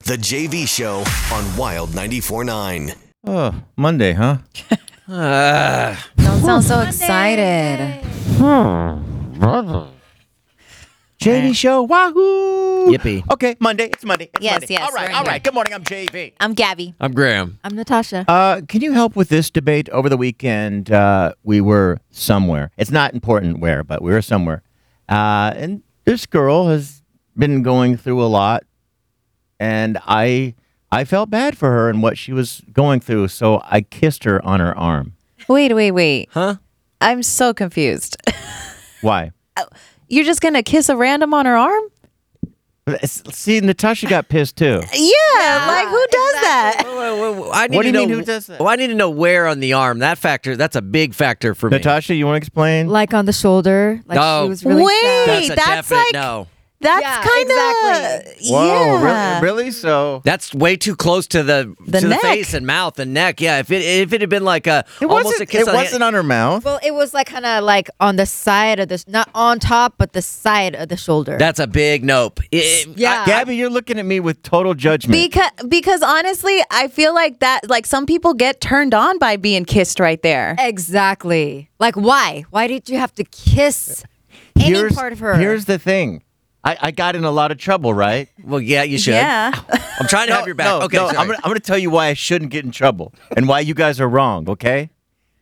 The JV Show on Wild 94.9. Oh, Monday, huh? Don't sound so excited. JV show, wahoo! Yippee. Okay, Monday. It's Monday. It's Yes, Monday. yes, All right, we're all in right. Good morning. I'm JV. I'm Gabby. I'm Graham. I'm Natasha. Uh, can you help with this debate over the weekend? Uh, we were somewhere. It's not important where, but we were somewhere. Uh, and this girl has been going through a lot, and I I felt bad for her and what she was going through, so I kissed her on her arm. Wait, wait, wait. Huh? I'm so confused. Why? You're just gonna kiss a random on her arm? uh, See, Natasha got pissed too. Yeah, like who does that? I need What do to you know, mean, who does that? Well, I need to know where on the arm. That factor, that's a big factor for me. Natasha, you want to explain? like on the shoulder. Like No. she was really Wait. sad. That's a that's definite like- no. That's Yeah, kind of exactly. Whoa, yeah. really? Really? So That's way too close to the, The to neck. the face and mouth and neck. Yeah, if it if it had been like a It almost a wasn't. kiss It on the- wasn't on her mouth. Well, it was like kind of like on the side of the not on top, but the side of the shoulder. that's a big nope. It- it- yeah. Gabby, you're looking at me with total judgment. Because because honestly, I feel like that like some people get turned on by being kissed right there. exactly. Like why? Why did you have to kiss any here's, part of her? Here's the thing. I, I got in a lot of trouble, right? well, yeah, you should. Yeah. I'm trying to have your back. No, okay, no, sorry. I'm gonna, I'm gonna tell you why I shouldn't get in trouble and why you guys are wrong. Okay,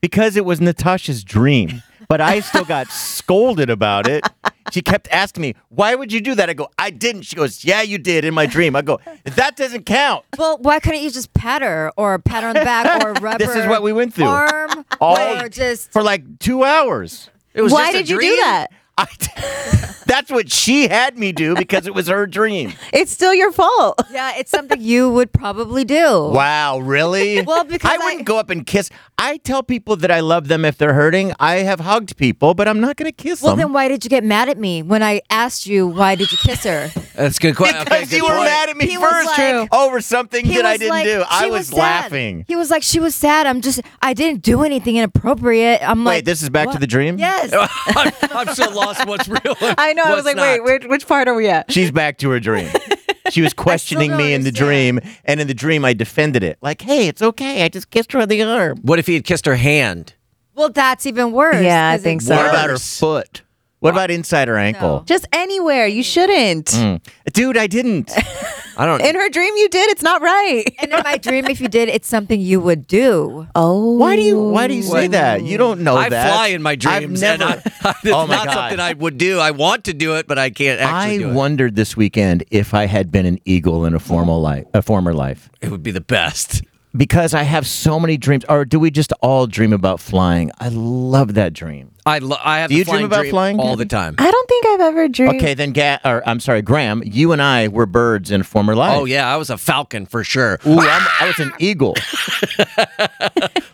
because it was Natasha's dream, but I still got scolded about it. She kept asking me, "Why would you do that?" I go, "I didn't." She goes, "Yeah, you did in my dream." I go, "That doesn't count." well, why couldn't you just pat her or pat her on the back or rub This her is what we went through. Arm All- or just For like two hours. it was Why just a did you do dream. that? I that's what she had me do because it was her dream. It's still your fault. yeah, it's something you would probably do. Wow, really? Well, because I I- wouldn't go up and kiss. I tell people that I love them if they're hurting. I have hugged people, but I'm not going to kiss Well, them. then why did you get mad at me when I asked you why did you kiss her? That's a good question. because you were mad at me He was first like- over something He that I was didn't like- do. I she was, sad. laughing. He was like, "She was sad. I'm just, I didn't do anything inappropriate." I'm Wait, like, this is Oh, back to the dream? Yes. I'm, I'm so lost. What's real? I know. I was like, wait, which, which part are we at? She's back to her dream. She was questioning don't me in the dream, understand. and in the dream, I defended it. Like, hey, it's okay. I just kissed her on the arm. What if he had kissed her hand? well, that's even worse. Yeah, I 'cause think it- so. What about her Worse. foot? What about inside her ankle? Just anywhere. You shouldn't. Mm. Dude, I didn't. I don't. In her dream, you did. It's not right. And in my dream, if you did, it's something you would do. Oh, Why do you Why do you say that? You don't know I that. fly in my dreams. Oh, I've never. And I, it's Oh my not God. something I would do. I want to do it, but I can't actually I do it. wondered this weekend if I had been an eagle in a formal life, a former life, it would be the best. because I have so many dreams. Or do we just all dream about flying? I love that dream. I lo- I have. Do the you dream flying about flying, all Kathy? the time? I don't think I've ever dreamed. Okay, then, Ga- or I'm sorry, Graham. You and I were birds in a former life. Oh yeah, I was a falcon for sure. Ooh, I'm, I was an eagle.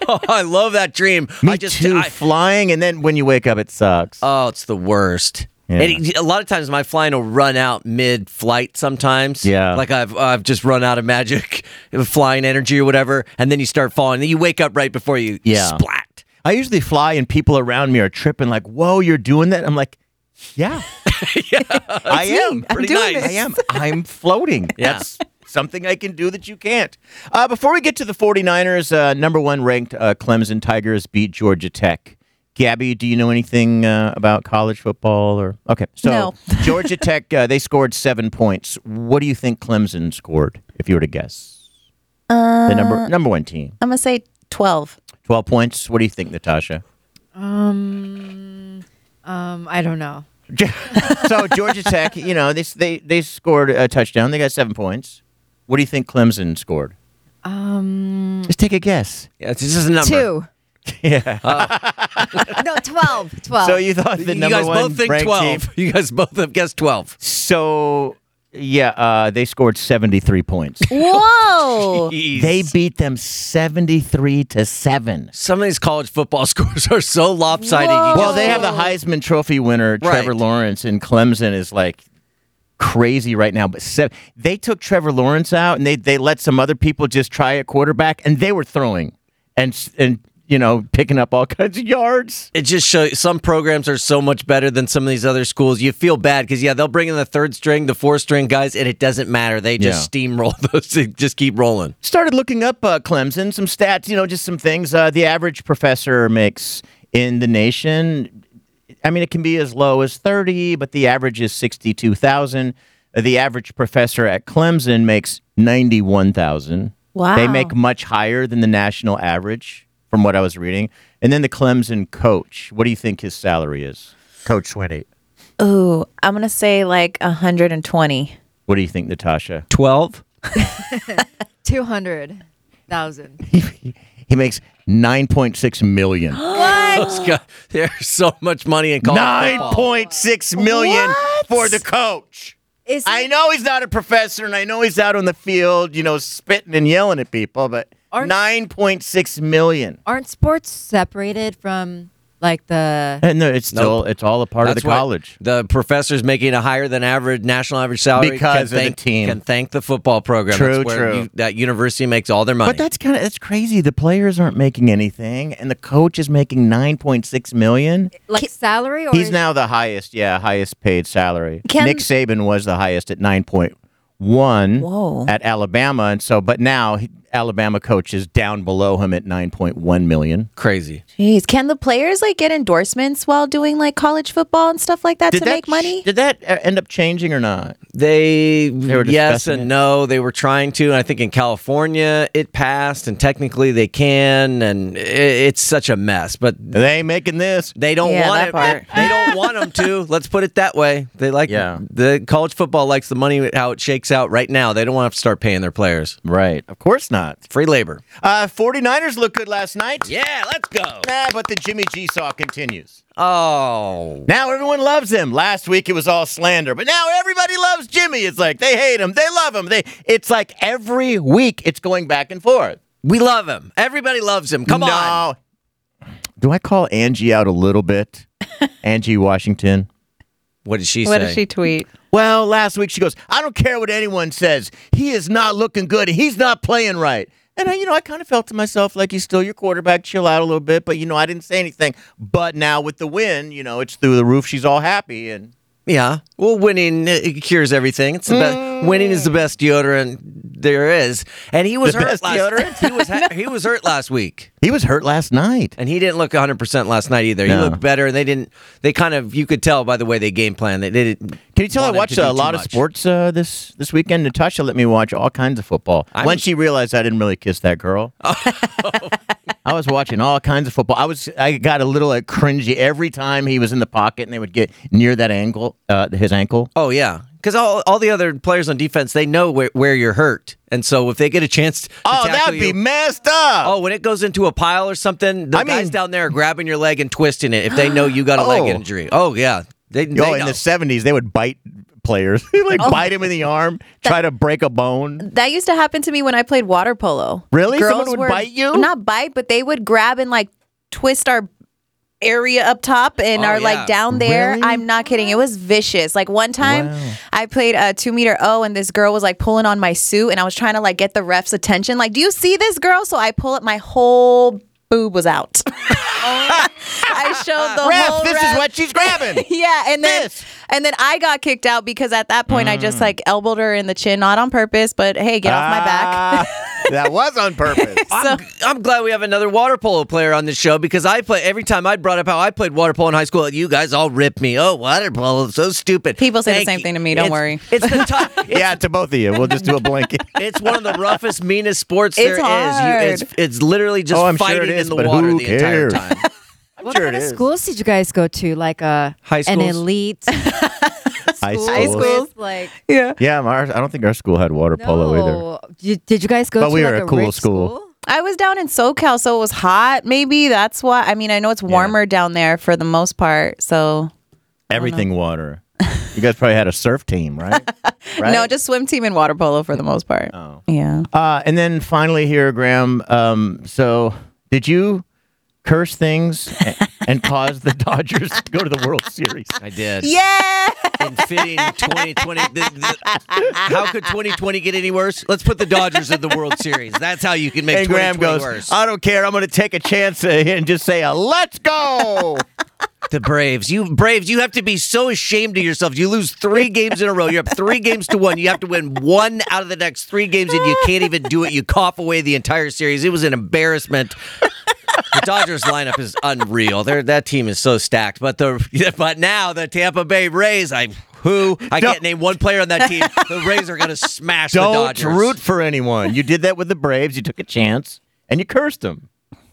Oh, I love that dream. Me I just too, I- flying, and then when you wake up, it sucks. oh, it's the worst. Yeah. And it- a lot of times my flying will run out mid-flight sometimes. Yeah. like I've I've just run out of magic, flying energy or whatever, and then you start falling. Then you wake up right before you Yeah. splat. I usually fly, and people around me are tripping, like, "Whoa, you're doing that!" I'm like, "Yeah, I am. I'm Pretty doing nice. I this. am. I'm floating. Yeah. That's something I can do that you can't." Uh, before we get to the 49ers, uh, number one ranked uh, Clemson Tigers beat Georgia Tech. Gabby, do you know anything uh, about college football? Or okay, so No. Georgia Tech uh, they scored seven points. What do you think Clemson scored? If you were to guess, uh, the number number one team, I'm gonna say twelve. twelve points. What do you think, Natasha? Um, um, I don't know. so Georgia Tech, you know, they they they scored a touchdown. They got seven points. What do you think Clemson scored? Um, just take a guess. Yeah, this is a number. Two. Yeah. no, twelve. Twelve. so you thought the uh, you number guys one both think ranked twelve. team- You guys both have guessed twelve. So yeah, uh, they scored seventy three points. Whoa! Jeez. they beat them seventy three to seven. some of these college football scores are so lopsided. You Well, just- they have the Heisman Trophy winner Trevor Right. Lawrence, and Clemson is like crazy right now. But se- they took Trevor Lawrence out, and they they let some other people just try at quarterback, and they were throwing, and s- and you know, picking up all kinds of yards. it just shows some programs are so much better than some of these other schools. You feel bad because yeah, they'll bring in the third string, the fourth string guys, and it doesn't matter. They just steamroll those. They just keep rolling. Started looking up uh, Clemson, some stats, you know, just some things uh, the average professor makes in the nation. I mean, it can be as low as 30, but the average is 62,000. The average professor at Clemson makes 91,000. They Wow. make much higher than the national average from what I was reading. And then the Clemson coach, what do you think his salary is? Coach Swinney. Ooh, I'm gonna say like 120. What do you think, Natasha? Twelve. Two hundred thousand. He makes 9.6 million. There's so much money in college football. 9.6 million for the coach. Is I he- know he's not a professor and I know he's out on the field, you know, spitting and yelling at people, but Aren't- 9.6 million. aren't sports separated from like the And Uh, no, it's still it's all a part of That's the why college. The professor's making a higher than average national average salary Because can of the thank, team. Can thank the football program. True, That's where true. you- that university makes all their money. But that's kind of that's crazy. The players aren't making anything and the coach is making 9.6 million. like salary or He's is- now the highest, yeah, highest paid salary. Can- Nick Saban was the highest at nine point one Whoa. at Alabama, and so but now he- Alabama coach is down below him at nine point one million. crazy. Jeez, can the players like get endorsements while doing like college football and stuff like that to that make ch- money? Did that uh, end up changing or not? They, were yes discussing and it. no. They were trying to. And I think in California it passed, and technically they can. And i it's such a mess. But They ain't making this. they don't Yeah, want that part. it. They don't want them to. Let's put it that way. They like Yeah. the college football likes the money how it shakes out right now. They don't want to have to start paying their players Right, of course not. free labor. Uh, 49ers look good last night. Yeah, let's go. Nah, but the Jimmy G saw continues. Oh, Now everyone loves him. Last week it was all slander, but now everybody loves Jimmy. It's like they hate him, they love him. They it's like every week it's going back and forth. we love him. Everybody loves him. Come no. on. Do I call Angie out a little bit? Angie Washington. What did she say? tweet? Well, last week she goes, I don't care what anyone says. He is not looking good. He's not playing right. And I, you know, I kind of felt to myself like he's still your quarterback. Chill out a little bit, but you know, I didn't say anything. But now with the win, you know, it's through the roof. She's all happy, and Yeah. Well, winning uh, cures everything. It's the Mm. best. Winning is the best deodorant there is. And he was The hurt best last deodorant? he was ha- he was hurt last week. he was hurt last night. And he didn't look 100% last night either. He No. looked better and they didn't they kind of you could tell by the way they game plan. They didn't Can you tell I want him watched to do a too lot of much. sports uh, this this weekend? Natasha let me watch all kinds of football. I'm- Once she realized I Oh. didn't really kiss that girl, I was watching all kinds of football. I was I got a little like cringy every time he was in the pocket and they would get near that ankle, uh, his ankle. Oh yeah. Cuz all, all the other players on defense, they know where, where you're hurt. And so if they get a chance to Oh, tackle that'd be you- messed up. Oh, when it goes into a pile or something, the I guys mean- down there are grabbing your leg and twisting it if they know you got a Oh. leg injury. Oh yeah. They, they Yo, in know. the seventies they would bite players, They'd, like bite him in the arm, try to break a bone. That used to happen to me when I played water polo. Really? Someone would bite you? Not bite, but they would grab and like twist our area up top and Oh, are yeah. like down there. Really? I'm not kidding. It was vicious. Like one time I played a two meter O and this girl was like pulling on my suit and I was trying to like get the ref's attention. Like, do you see this girl? So I pull up my whole boob was out. Oh. I showed the Ref, whole this ref. is what she's grabbing. Yeah, and then This. and then I got kicked out because at that point I just like elbowed her in the chin, not on purpose, but hey, get off my back. Ah, that was on purpose. I'm, I'm glad we have another water polo player on this show because I play every time I brought up how I played water polo in high school. You guys all rip me. Oh, water polo, so stupid. People say the Thank same you. thing to me, don't It's- worry. It's the top. yeah, to both of you. We'll just do a blanket. It's one of the roughest, meanest sports there It's is. You- it's, hard. it's literally just Oh, I'm sure fighting it is, in the but water who the entire cares? time. what kind of schools did you guys go to? Like a High an schools? elite High school schools. with, schools. like Yeah. Yeah, our, I don't think our school had water polo either. no. You- did you guys go But to we like were a cool rich school. I was down in SoCal, so it was hot. Maybe that's why. I mean, I know it's warmer down there for the most part. So Everything water. You guys probably had a surf team, right? right? no, just swim team and water polo for the most part. Oh. Yeah. Uh, and then finally here, Graham. Um, so did you curse things and, and cause the Dodgers to go to the World Series. I did. Yeah. And fitting 2020. the- the- how could 2020 get any worse? Let's put the Dodgers in the World Series. That's how you can make And Graham 2020 goes, worse. I don't care. I'm going to take a chance uh, and just say, uh, let's go. The Braves. You Braves, you have to be so ashamed of yourself. You lose three games in a row. You're up three games to one. You have to win one out of the next three games, and you can't even do it. You cough away the entire series. It was an embarrassment. The Dodgers lineup is unreal. They're, that team is so stacked. But the but now the Tampa Bay Rays, I who I can't Don't- name one player on that team. The Rays are gonna smash the don't Dodgers. root for anyone. You did that with the Braves. You took a chance and you cursed them.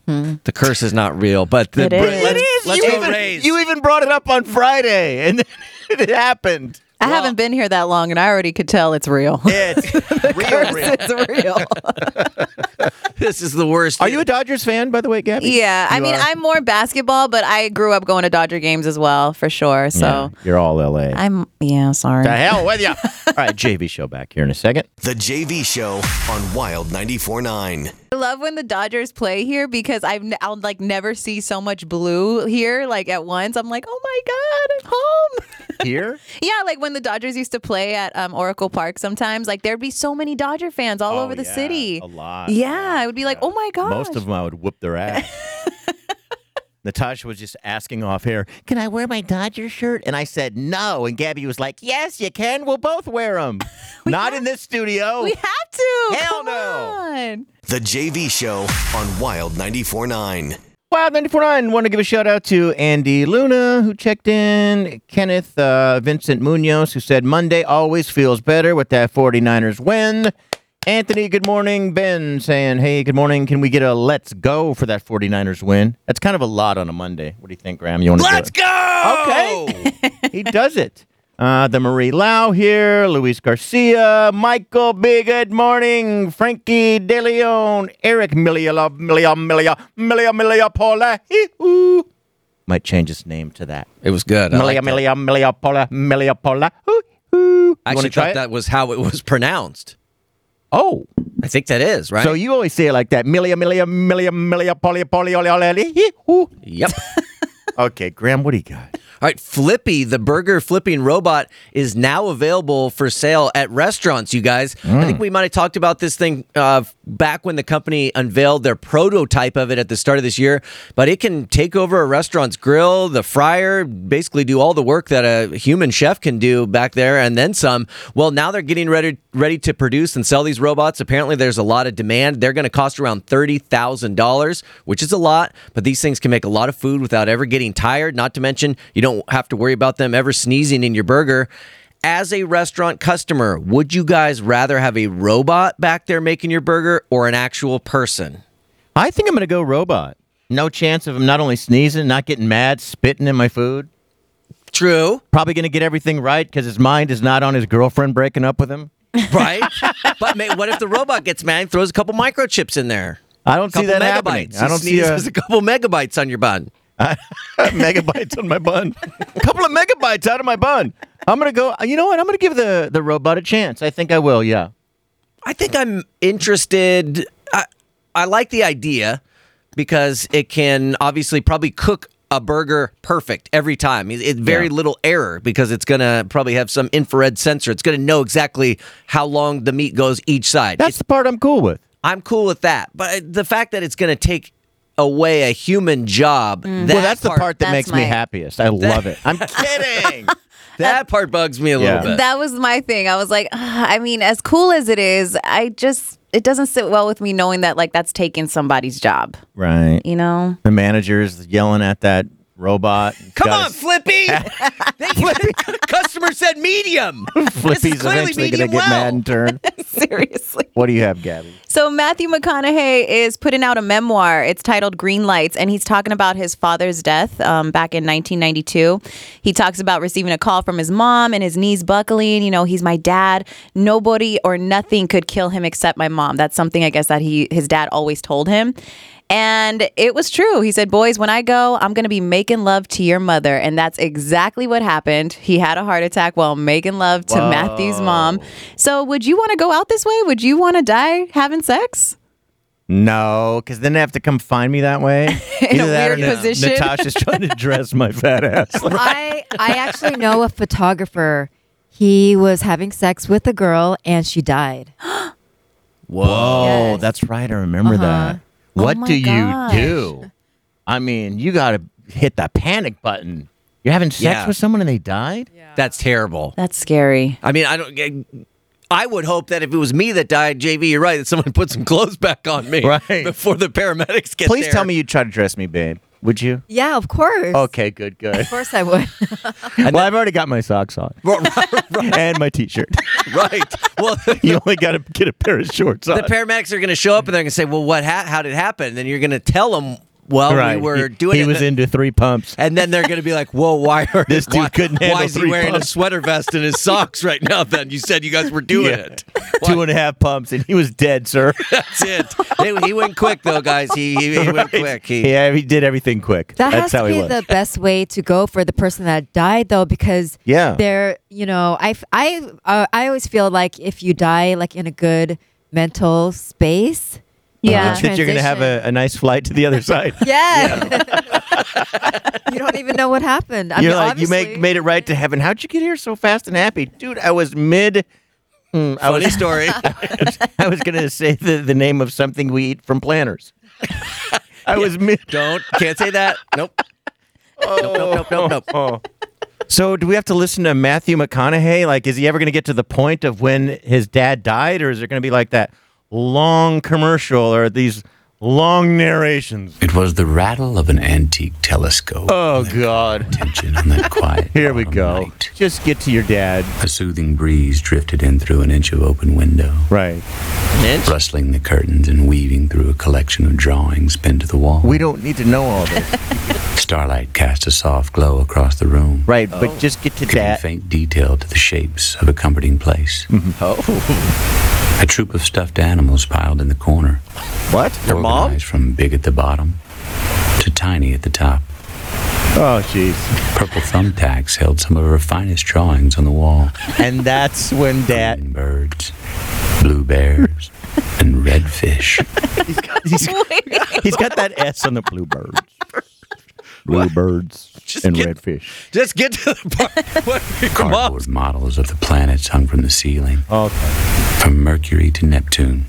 The curse is not real, but the It is. Bra- let's, It let's you, go even, Rays. you even brought it up on Friday and it happened. I haven't been here that long and I already could tell it's real. It's real, real. it's real. this is the worst. Are you a Dodgers fan, by the way, Gabby? Yeah. I You mean, are? I'm more basketball, but I grew up going to Dodger games as well, for sure. So Yeah, you're all LA. I'm, yeah, sorry. the hell with you. all right, JV show back here in a second. The JV Show on Wild 94.9. I love when the Dodgers play here because I've n- I'll like never see so much blue here like at once. I'm like, oh my god, I'm home. Here? yeah, like when the Dodgers used to play at um, Oracle Park, sometimes like there'd be so many Dodger fans all Oh, over the yeah, city. a lot, Yeah, it would be like, oh my gosh. Most of them I would whoop their ass. Natasha was just asking off air, can I wear my Dodger shirt? And I said no. And Gabby was like, yes, you can. We'll both wear them. Not in this studio. we have to. Hell Come no. on. The JV Show on Wild 94.9. Wild 949, want to give a shout out to Andy Luna, who checked in, Kenneth uh, Vincent Munoz, who said, Monday always feels better with that 49ers win. Anthony, good morning. Ben saying, hey, good morning. Can we get a let's go for that 49ers win? That's kind of a lot on a Monday. What do you think, Graham? You want to Let's go. Okay. he does it. Uh, the Marie Lau here, Luis Garcia, Michael B. Good morning, Frankie De Leon, Eric Milia Milia Milia Milia Milia Paula. hee-hoo. Might change his name to that. It was good. I Milia liked it. Milia Milia Paula Milia Paula. I wanna actually try thought it? that was how it was pronounced. Oh, I think that is right. so you always say it like that. Milia Milia Milia Milia Paula Paula Oli Oli. hee-hoo. yep. All Okay, Graham, what do you got? right, Flippy, the burger flipping robot, is now available for sale at restaurants. You guys, I Mm. think we might have talked about this thing uh, back when the company unveiled their prototype of it at the start of this year. But it can take over a restaurant's grill, the fryer, basically do all the work that a human chef can do back there, and then some. Well, now they're getting ready ready to produce and sell these robots. Apparently, there's a lot of demand. They're going to cost around thirty thousand dollars, which is a lot, but these things can make a lot of food without ever getting tired. Not to mention, you don't have to worry about them ever sneezing in your burger. As a restaurant customer, would you guys rather have a robot back there making your burger or an actual person? I think I'm going to go robot. No chance of him not only sneezing, not getting mad, spitting in my food. True, probably going to get everything right because his mind is not on his girlfriend breaking up with him. right? but ma- what if the robot gets mad and throws a couple microchips in there? I don't see Couple that happening. megabytes. I don't see sneeze a, a couple megabytes on your bun. megabytes on my bun. A couple of megabytes out of my bun. I'm gonna go. You know what? I'm gonna give the the robot a chance. I think I will. Yeah. I think I'm interested. I, I like the idea because it can obviously probably cook a burger perfect every time. It, it very little error because it's gonna probably have some infrared sensor. It's gonna know exactly how long the meat goes each side. That's the part I'm cool with. I'm cool with that, but uh, the fact that it's gonna take away a human job. That Mm. well, that's the part that that's makes me my- happiest. I love it. I'm kidding. That part bugs me a Yeah. little bit. That was my thing. I was like, "Ah," I mean, as cool as it is, I just it doesn't sit well with me knowing that like that's taking somebody's job. right. You know? The manager is yelling at that robot. He's Come got on, Flippy! They- Customer said medium. a- Flippy's clearly eventually gonna medium get well. mad and turn. Seriously. What do you have, Gabby? So Matthew McConaughey is putting out a memoir. It's titled Green Lights, and he's talking about his father's death um, back in 1992. He talks about receiving a call from his mom and his knees buckling. You know, he's my dad. Nobody or nothing could kill him except my mom. That's something I guess that he his dad always told him. And it was true. He said, Boys, when I go, I'm going to be making love to your mother. And that's exactly what happened. He had a heart attack while making love to Matthew's mom. So, would you want to go out this way? Would you want to die having sex? No, because then they have to come find me that way. In Either a that or weird Na- position. Natasha's trying to dress my fat ass. Like, I I actually know a photographer. He was having sex with a girl and she died. Whoa. oh, Yes. that's right. I remember that. Uh-huh. What my do gosh. you do? I mean, you got to hit the panic button. You're having sex Yeah. with someone and they died? That's terrible. That's scary. I mean, I don't. eh, I would hope that if it was me that died, JV, you're right, that someone put some clothes back on me Right. before the paramedics get Please there. tell me you try to dress me, babe. Would you? Yeah, of course. Okay, good, good. Of course I would. well, I've already got my socks on and my t-shirt. right. Well, You only got to get a pair of shorts on. the paramedics are going to show up and they're going to say, "Well, what? Ha- how did it happen?" And then you're going to tell them, "Well, right. we were he, doing He it." was into three pumps. and then they're going to be like, "Whoa, why are This dude why, couldn't handle Why is he three wearing a pumps." sweater vest and his socks right now?" Then you said you guys were doing Yeah. it. Two and a half pumps, and he was dead, sir. That's it. They- he went quick though, guys. He he, he went quick. He, yeah, he did everything quick. That That's has how to he be was. the best way to go for the person that died, though, because Yeah. they're you know I f- I uh, I always feel like if you die like in a good mental space, Yeah. It's that you're going to have a, a nice flight to the other side. yeah, you don't even know what happened. I You're mean, like, you make, obviously- made it right to heaven. How'd you get here so fast and happy? Dude, I was mid. Mm, I funny was, story. I was going to say the, the name of something we eat from planters. I was mid. Don't can't say that. Nope. Nope. Nope. Nope. Nope. nope. Oh. So do we have to listen to Matthew McConaughey? Like, is he ever going to get to the point of when his dad died, or is it going to be like that long commercial or these long narrations? It was the rattle of an antique telescope. Oh God! Tension on that quiet. Here we autumn go. night. Just get to your dad. A soothing breeze drifted in through an inch of open window, Right. rustling the curtains and weaving through a collection of drawings pinned to the wall. We don't need to know all this. Starlight cast a soft glow across the room, Right. But just get to giving dad. faint detail to the shapes of a comforting place. Mm-hmm. Oh. A troop of stuffed animals piled in the corner, What? Your organized from big at the bottom to tiny at the top. Oh jeez. Purple thumbtacks held some of her finest drawings on the wall. And that's when dad. green birds, blue bears, and red fish. He's, he's got that S on the bluebirds. Bluebirds Just and get- redfish. Just get to the part. What, your mom Cardboard models of the planets hung from the ceiling, Okay. from Mercury to Neptune,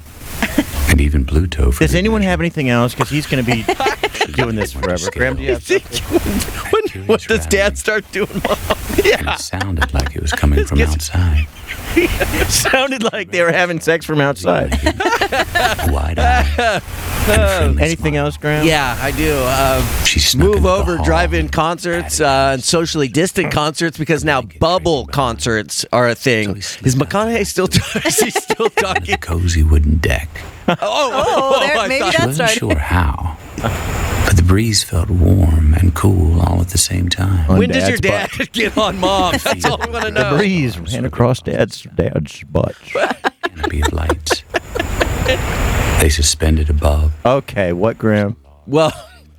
and even Pluto. For Does the anyone measure. have anything else? Because he's going to be doing this forever. Graham, do you have something? When, when does dad start doing mom? And it sounded like it was coming from gets- outside. sounded like they were having sex from outside. Wide eyed. Uh, Anything else, Graham? Yeah, I do. Uh, She snuck move into the over hall. drive-in concerts uh, and socially distant concerts because now bubble concerts are a thing. Is McConaughey still? is he still talking? The cozy wooden deck. Oh, oh, there- I maybe thought- that She wasn't started. sure how, but the breeze felt warm and cool all at the same time. On When does your dad Dad's get on mom? That's all I want to butt. The know. breeze ran across dad's dad's butt. canopy of lights. they suspended above Okay, what, Graham? Well,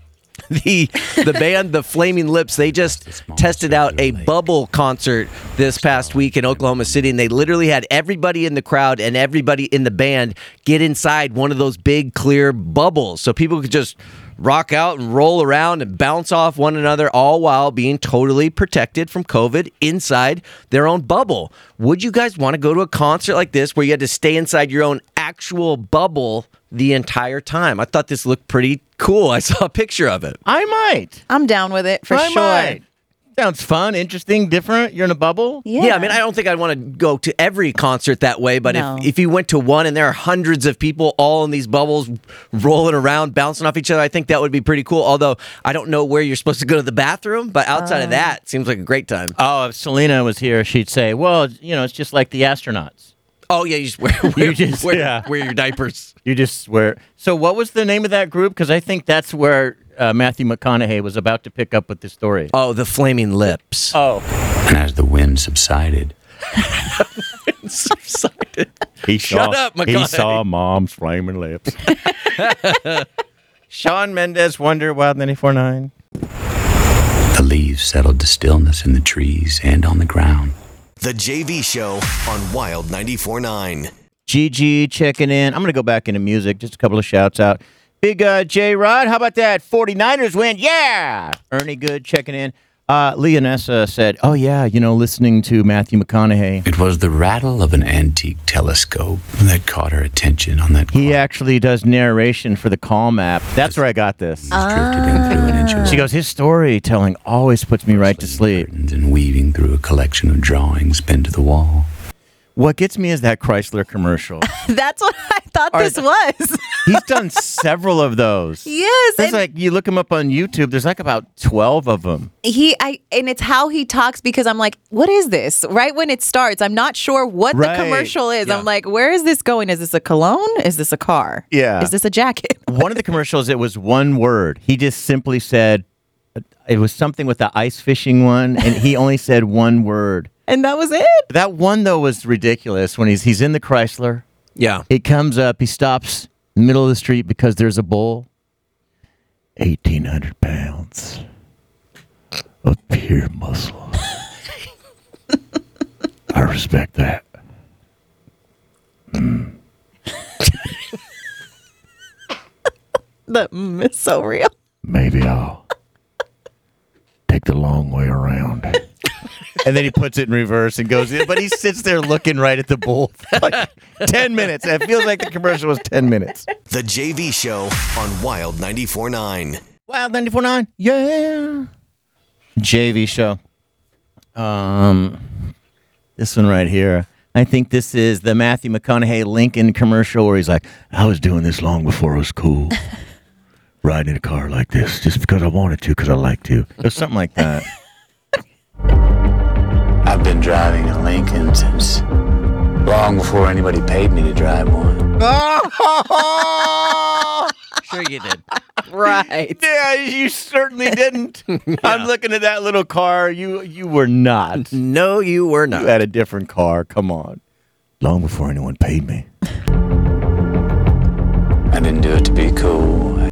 the the band The Flaming Lips they just tested out a bubble concert this past week in Oklahoma City, and they literally had everybody in the crowd and everybody in the band get inside one of those big clear bubbles, so people could just rock out and roll around and bounce off one another, all while being totally protected from COVID inside their own bubble. Would you guys want to go to a concert like this where you had to stay inside your own actual bubble? The entire time, I thought this looked pretty cool. I saw a picture of it. I might. I'm down with it for I sure. might. Sounds fun, interesting, different. You're in a bubble. Yeah. I mean, I don't think I'd want to go to every concert that way, but No. if, if you went to one and there are hundreds of people all in these bubbles rolling around, bouncing off each other, I think that would be pretty cool. Although I don't know where you're supposed to go to the bathroom, but outside of that, it seems like a great time. Oh, if Selena was here, she'd say, "Well, you know, it's just like the astronauts. Oh, yeah, you just wear, wear, just- wear, yeah. wear your diapers. You just where." So, what was the name of that group? Because I think that's where uh, Matthew McConaughey was about to pick up with the story. Oh, the flaming lips. Oh, and as the wind subsided He Shut saw, up, McConaughey. mom's flaming lips. Sean Mendez, Wonder Wild 949. the leaves settled to stillness in the trees and on the ground The JV Show on Wild 94.9. Gigi checking in. I'm going to go back into music. Just a couple of shouts out. Big uh, J Rod, how about that? 49ers win. Yeah. Ernie Good checking in. Uh, Leonessa said, Oh, yeah, you know, listening to Matthew McConaughey. It was the rattle of an antique telescope that caught her attention on that He actually does narration for the call map. That's where I got this. drifted in through an inch Ah. of She goes, His storytelling always puts me right to sleep. curtains and weaving through a collection of drawings pinned to the wall. What gets me is that Chrysler commercial. That's what I thought this was. He's done several of those. yes. And There's like you look him up on YouTube. There's like about twelve of them. he I and it's how he talks because I'm like, what is this? Right when it starts, I'm not sure what Right. the commercial is. I'm like, where is this going? Is this a cologne? Is this a car? Yeah. Is this a jacket? One of the commercials, it was one word. He just simply said, it was something with the ice fishing one, and he only said one word. And that was it. That one though was ridiculous. When he's he's in the Chrysler, Yeah. it comes up. He stops in the middle of the street because there's a bull. Eighteen hundred pounds of pure muscle. I respect that. The mm, it's so real. maybe I'll take the long way around. and then he puts it in reverse and goes in, but he sits there looking right at the bull for like 10 minutes. It feels like the commercial was 10 minutes. The JV Show on Wild 94.9. Wild 94.9. Yeah. JV show. Um, this one right here. I think this is the Matthew McConaughey Lincoln commercial where he's like, I was doing this long before it was cool. Riding in a car like this just because I wanted to, because I like to. Or something like that. I've been driving a Lincoln since long before anybody paid me to drive one. Sure you did. Right. yeah, you certainly didn't. I'm looking at that little car. You you were not. you No, you were not. had a different car. Come on. Long before anyone paid me. I didn't do it to be cool. I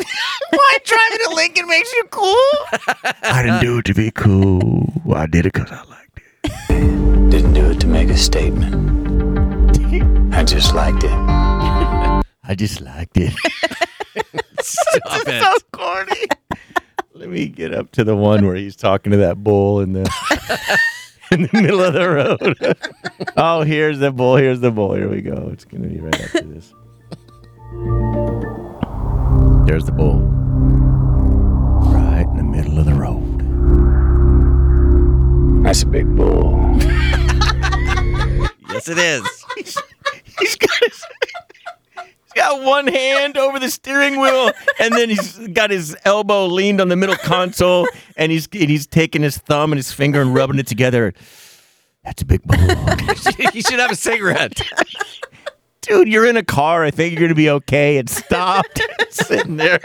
Why driving a Lincoln makes you cool? I didn't do it to be cool. I did it because I liked it. didn't do it to make a statement. I just liked it. I just liked it. Stop it. corny. Let me get up to the one where he's talking to that bull in the in the middle of the road. oh, here's the bull. Here's the bull. Here we go. Oh, It's gonna be right after this. There's the bull. Right in the middle of the road. That's a big bull. Yes, it is. He's got his, he's got one hand over the steering wheel, and then he's got his elbow leaned on the middle console, and he's and he's taking his thumb and his finger and rubbing it together. That's a big bull. you should have a cigarette. dude, you're in a car. I think you're gonna be okay. It stopped sitting there.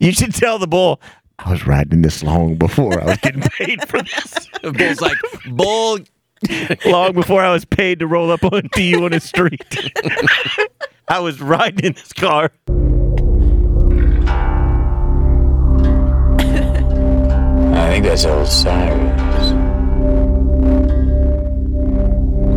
You should tell the bull. I was riding this long before I was getting paid for this. The bull's like, bull. long before I was paid to roll up onto you on the street. I was riding in this car. I think that's old Cyrus.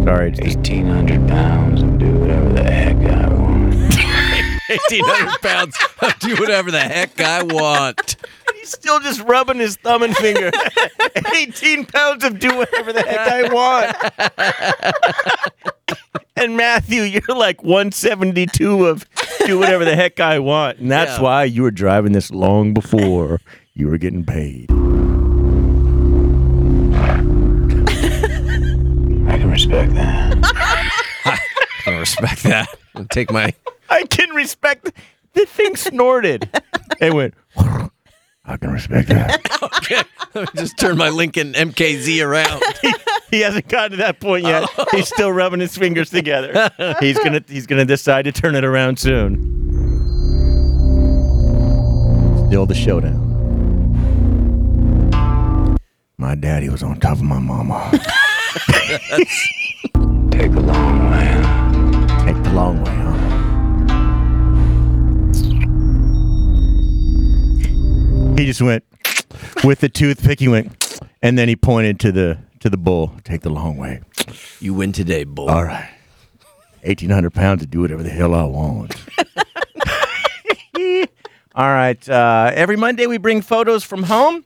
Sorry, it's just 1,800 pounds and do whatever the heck I want. 1,800 pounds. I'll do whatever the heck I want. He's still just rubbing his thumb and finger. 18 pounds of do whatever the heck I want. and Matthew, you're like 172 of do whatever the heck I want. And that's Yeah. why you were driving this long before you were getting paid. I can respect that. I don't respect that. I'll take my. I can respect the, the thing snorted. It went, I can respect that. Okay. Let me just turn my Lincoln MKZ around. He hasn't gotten to that point yet. He's still rubbing his fingers together. He's gonna he's gonna decide to turn it around soon. Still the showdown. My daddy was on top of my mama. Take the long way. huh? Take the long way, huh? He just went with the toothpick. He went, and then he pointed to the to the bull. Take the long way. You win today, bull. All right. 1,800 pounds to do whatever the hell I want. All right. Uh, every Monday, we bring photos from home.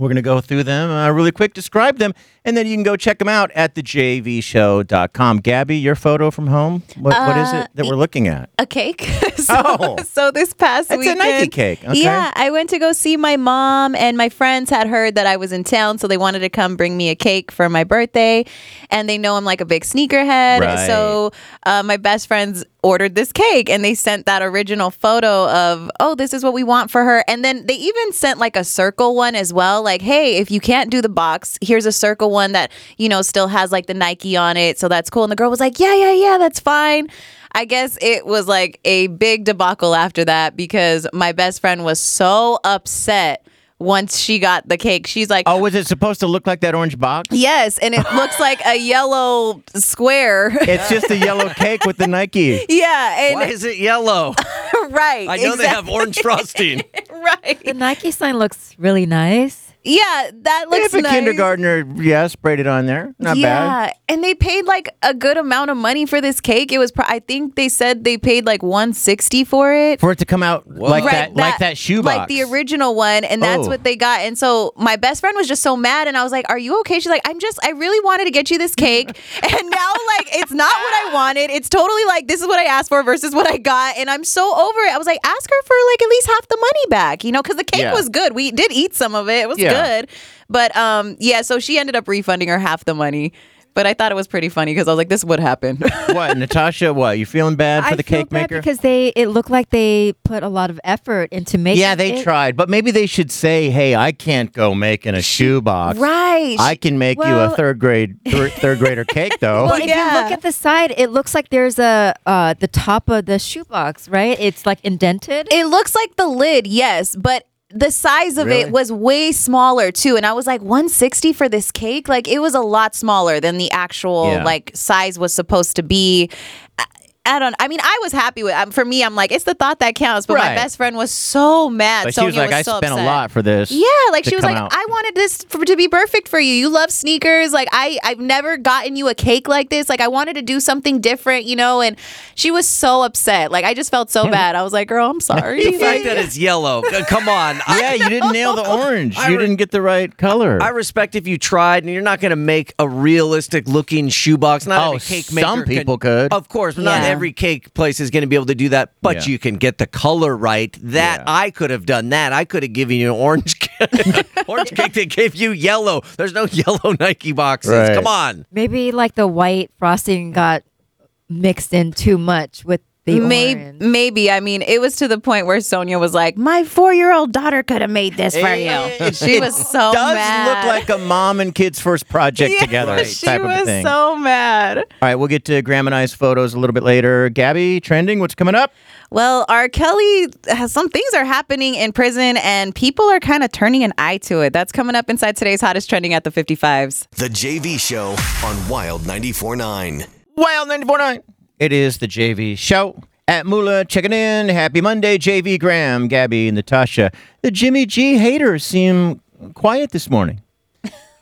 We're going to go through them uh, really quick, describe them, and then you can go check them out at thejvshow.com. Gabby, your photo from home? What, what is it Uh, that we're looking at? a cake. so, Oh. so this past It's a weekend, Nike cake, okay. Yeah, I went to go see my mom, and my friends had heard that I was in town, so they wanted to come bring me a cake for my birthday, and they know I'm like a big sneakerhead. Right. So uh, my best friends ordered this cake, and they sent that original photo of, oh, this is what we want for her, and then they even sent like a circle one as well, like, hey, if you can't do the box, here's a circle one that you know still has like the Nike on it, so that's cool. And the girl was like, yeah, yeah, yeah, that's fine. I guess it was like a big debacle after that because my best friend was so upset once she got the cake. She's like, Oh, was it supposed to look like that orange box? yes, and it looks like a yellow square. It's just a yellow cake with the Nike. yeah, Why and is it yellow? right. I know they have exact- orange frosting. The right. Nike sign looks really nice. Yeah, that looks if a nice. kindergartner, yeah, sprayed it on there. Not bad. yeah, and they paid like a good amount of money for this cake. It was, pro- I think they said they paid like one sixty for it. For it to come out like Right, that, like that shoebox. like the original one, and that's Oh. what they got. And so my best friend was just so mad, and I was like, "Are you okay?" She's like, "I'm just, I really wanted to get you this cake, and now like it's not what I wanted. It's totally like this is what I asked for versus what I got, and I'm so over it." I was like, "Ask her for like at least half the money back, you know, because the cake Yeah. was good. We did eat some of it. It was Yeah. good, but um, yeah. So she ended up refunding her half the money." But I thought it was pretty funny because I was like, "This would happen." what, Natasha? What you feeling bad for I the feel cake bad maker? because they it looked like they put a lot of effort into making. yeah, they it. tried, but maybe they should say, "Hey, I can't go making a shoebox. right? I can make you a Well- third grade thir- third grader cake, though." Well, if yeah. you look at the side, it looks like there's a uh, the top of the shoebox, right? It's like indented. It looks like the lid, yes, but the size of Really? it was way smaller too. And I was like, 160 for this cake? Like it was a lot smaller than the actual Yeah. like size was supposed to be. I- I don't. I mean, I was happy with. um, For me, I'm like, it's the thought that counts. But my Right. best friend was so mad. but she Sonia was like, "I so spent a upset. lot for this." Yeah, like to she was come like, out." I wanted this for, to be perfect for you. You love sneakers. Like I, I've never gotten you a cake like this. Like I wanted to do something different, you know. And she was so upset. Like I just felt so bad. I was like, girl, I'm sorry. the fact that it's yellow. c- Come on. I, Yeah, you didn't nail the orange. I you re- didn't get the right color. I respect if you tried, and you're not going to make a realistic looking shoebox. Not Oh, every cake some maker. can- people could. of course, but not Yeah. every cake place is going to be able to do that. But Yeah. you can get the color right. That Yeah. I could have done. That I could have given you an orange cake. orange cake that gave you yellow. There's no yellow Nike boxes. Right. Come on. Maybe like the white frosting got mixed in too much with the Maybe, orange. maybe. I mean, it was to the point where Sonia was like, "My four-year-old daughter could have made this for you." She was so does mad. look like a mom and kids first project together she type was of thing. so mad. All right, we'll get to Graham and I's photos a little bit later. Gabby, trending, what's coming up? Well, R. Kelly, has- some things are happening in prison, and people are kind of turning an eye to it. That's coming up inside today's hottest trending at the 55s. The JV Show on Wild 94.9. Wild 94.9. It is the JV show. At Mula checking in. Happy Monday, JV Graham, Gabby, and Natasha. The Jimmy G haters seem quiet this morning.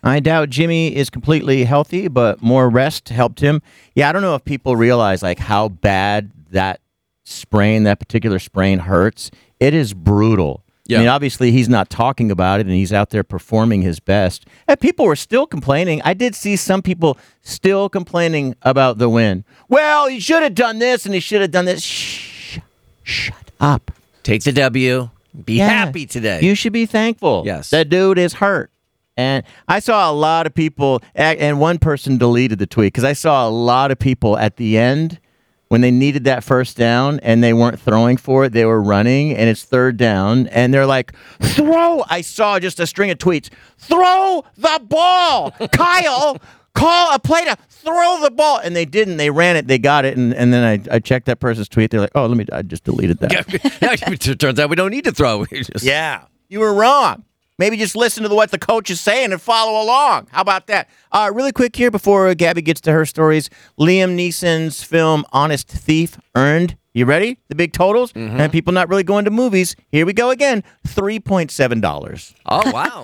I doubt Jimmy is completely healthy, but more rest helped him. Yeah, I don't know if people realize like how bad that sprain, that particular sprain hurts. It is brutal. I mean, obviously he's not talking about it and he's out there performing his best. And people were still complaining. I did see some people still complaining about the win. Well, he should have done this and he should have done this. Shh. Shut up. Take the W. Be Yeah. happy today. You should be thankful. Yes. That dude is hurt. And I saw a lot of people, a- and one person deleted the tweet because I saw a lot of people at the end when they needed that first down and they weren't throwing for it. They were running and it's third down and they're like, throw. I saw just a string of tweets throw the ball, Kyle. Call a play to throw the ball, and they didn't. They ran it, they got it, and, and then I, I checked that person's tweet. They're like, "Oh, let me." I just deleted that. it turns out we don't need to throw. We just- Yeah. You were wrong. Maybe just listen to the- what the coach is saying and follow along. How about that? Uh, really quick here before Gabby gets to her stories Liam Neeson's film Honest Thief earned. You ready? The big totals? And people not really going to movies. Here we go again $3.7. Oh wow.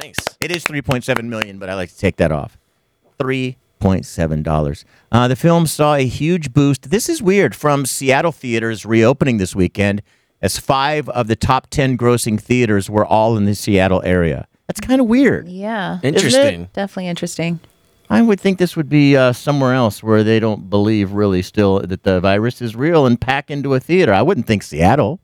Nice. It is 3.7 million, but I like to take that off. 3 $6.7. Uh, the film saw a huge boost. This is weird from Seattle theaters reopening this weekend, as five of the top 10 grossing theaters were all in the Seattle area. That's kind of weird. Yeah. Interesting. Definitely interesting. I would think this would be uh, somewhere else where they don't believe really still that the virus is real and pack into a theater. I wouldn't think Seattle.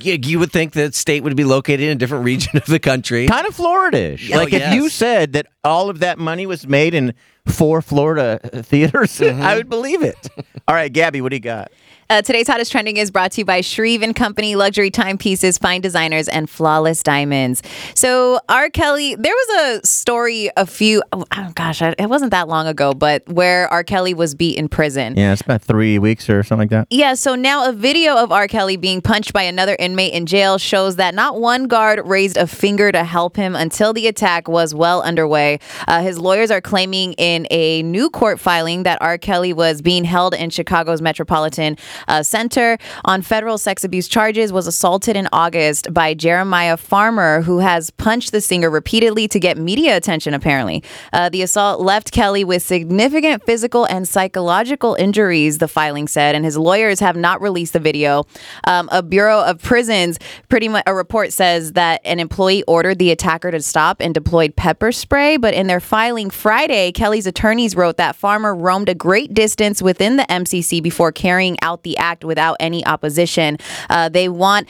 Yeah, you would think that state would be located in a different region of the country. Kind of Florida-ish. Oh, like if you yes. said that all of that money was made in four Florida uh, theaters, I would believe it. all right, Gabby, what do you got? Uh, today's hottest trending is brought to you by Shreve and Company, luxury timepieces, fine designers, and flawless diamonds. So, R. Kelly, there was a story a few, oh, oh, gosh, I- it wasn't that long ago, but where R. Kelly was beat in prison. Yeah, it's about three weeks or something like that. Yeah, so now a video of R. Kelly being punched by another inmate in jail shows that not one guard raised a finger to help him until the attack was well underway. Uh, his lawyers are claiming in a new court filing that R. Kelly was being held in Chicago's Metropolitan uh, Center on federal sex abuse charges, was assaulted in August by Jeremiah Farmer, who has punched the singer repeatedly to get media attention, apparently. Uh, the assault left Kelly with significant physical and psychological injuries, the filing said, and his lawyers have not released the video. Um, a Bureau of Prisons, pretty much a report says that an employee ordered the attacker to stop and deployed pepper spray. But in their filing Friday, Kelly's attorneys wrote that Farmer roamed a great distance within the MCC before carrying out the act without any opposition. Uh, they want.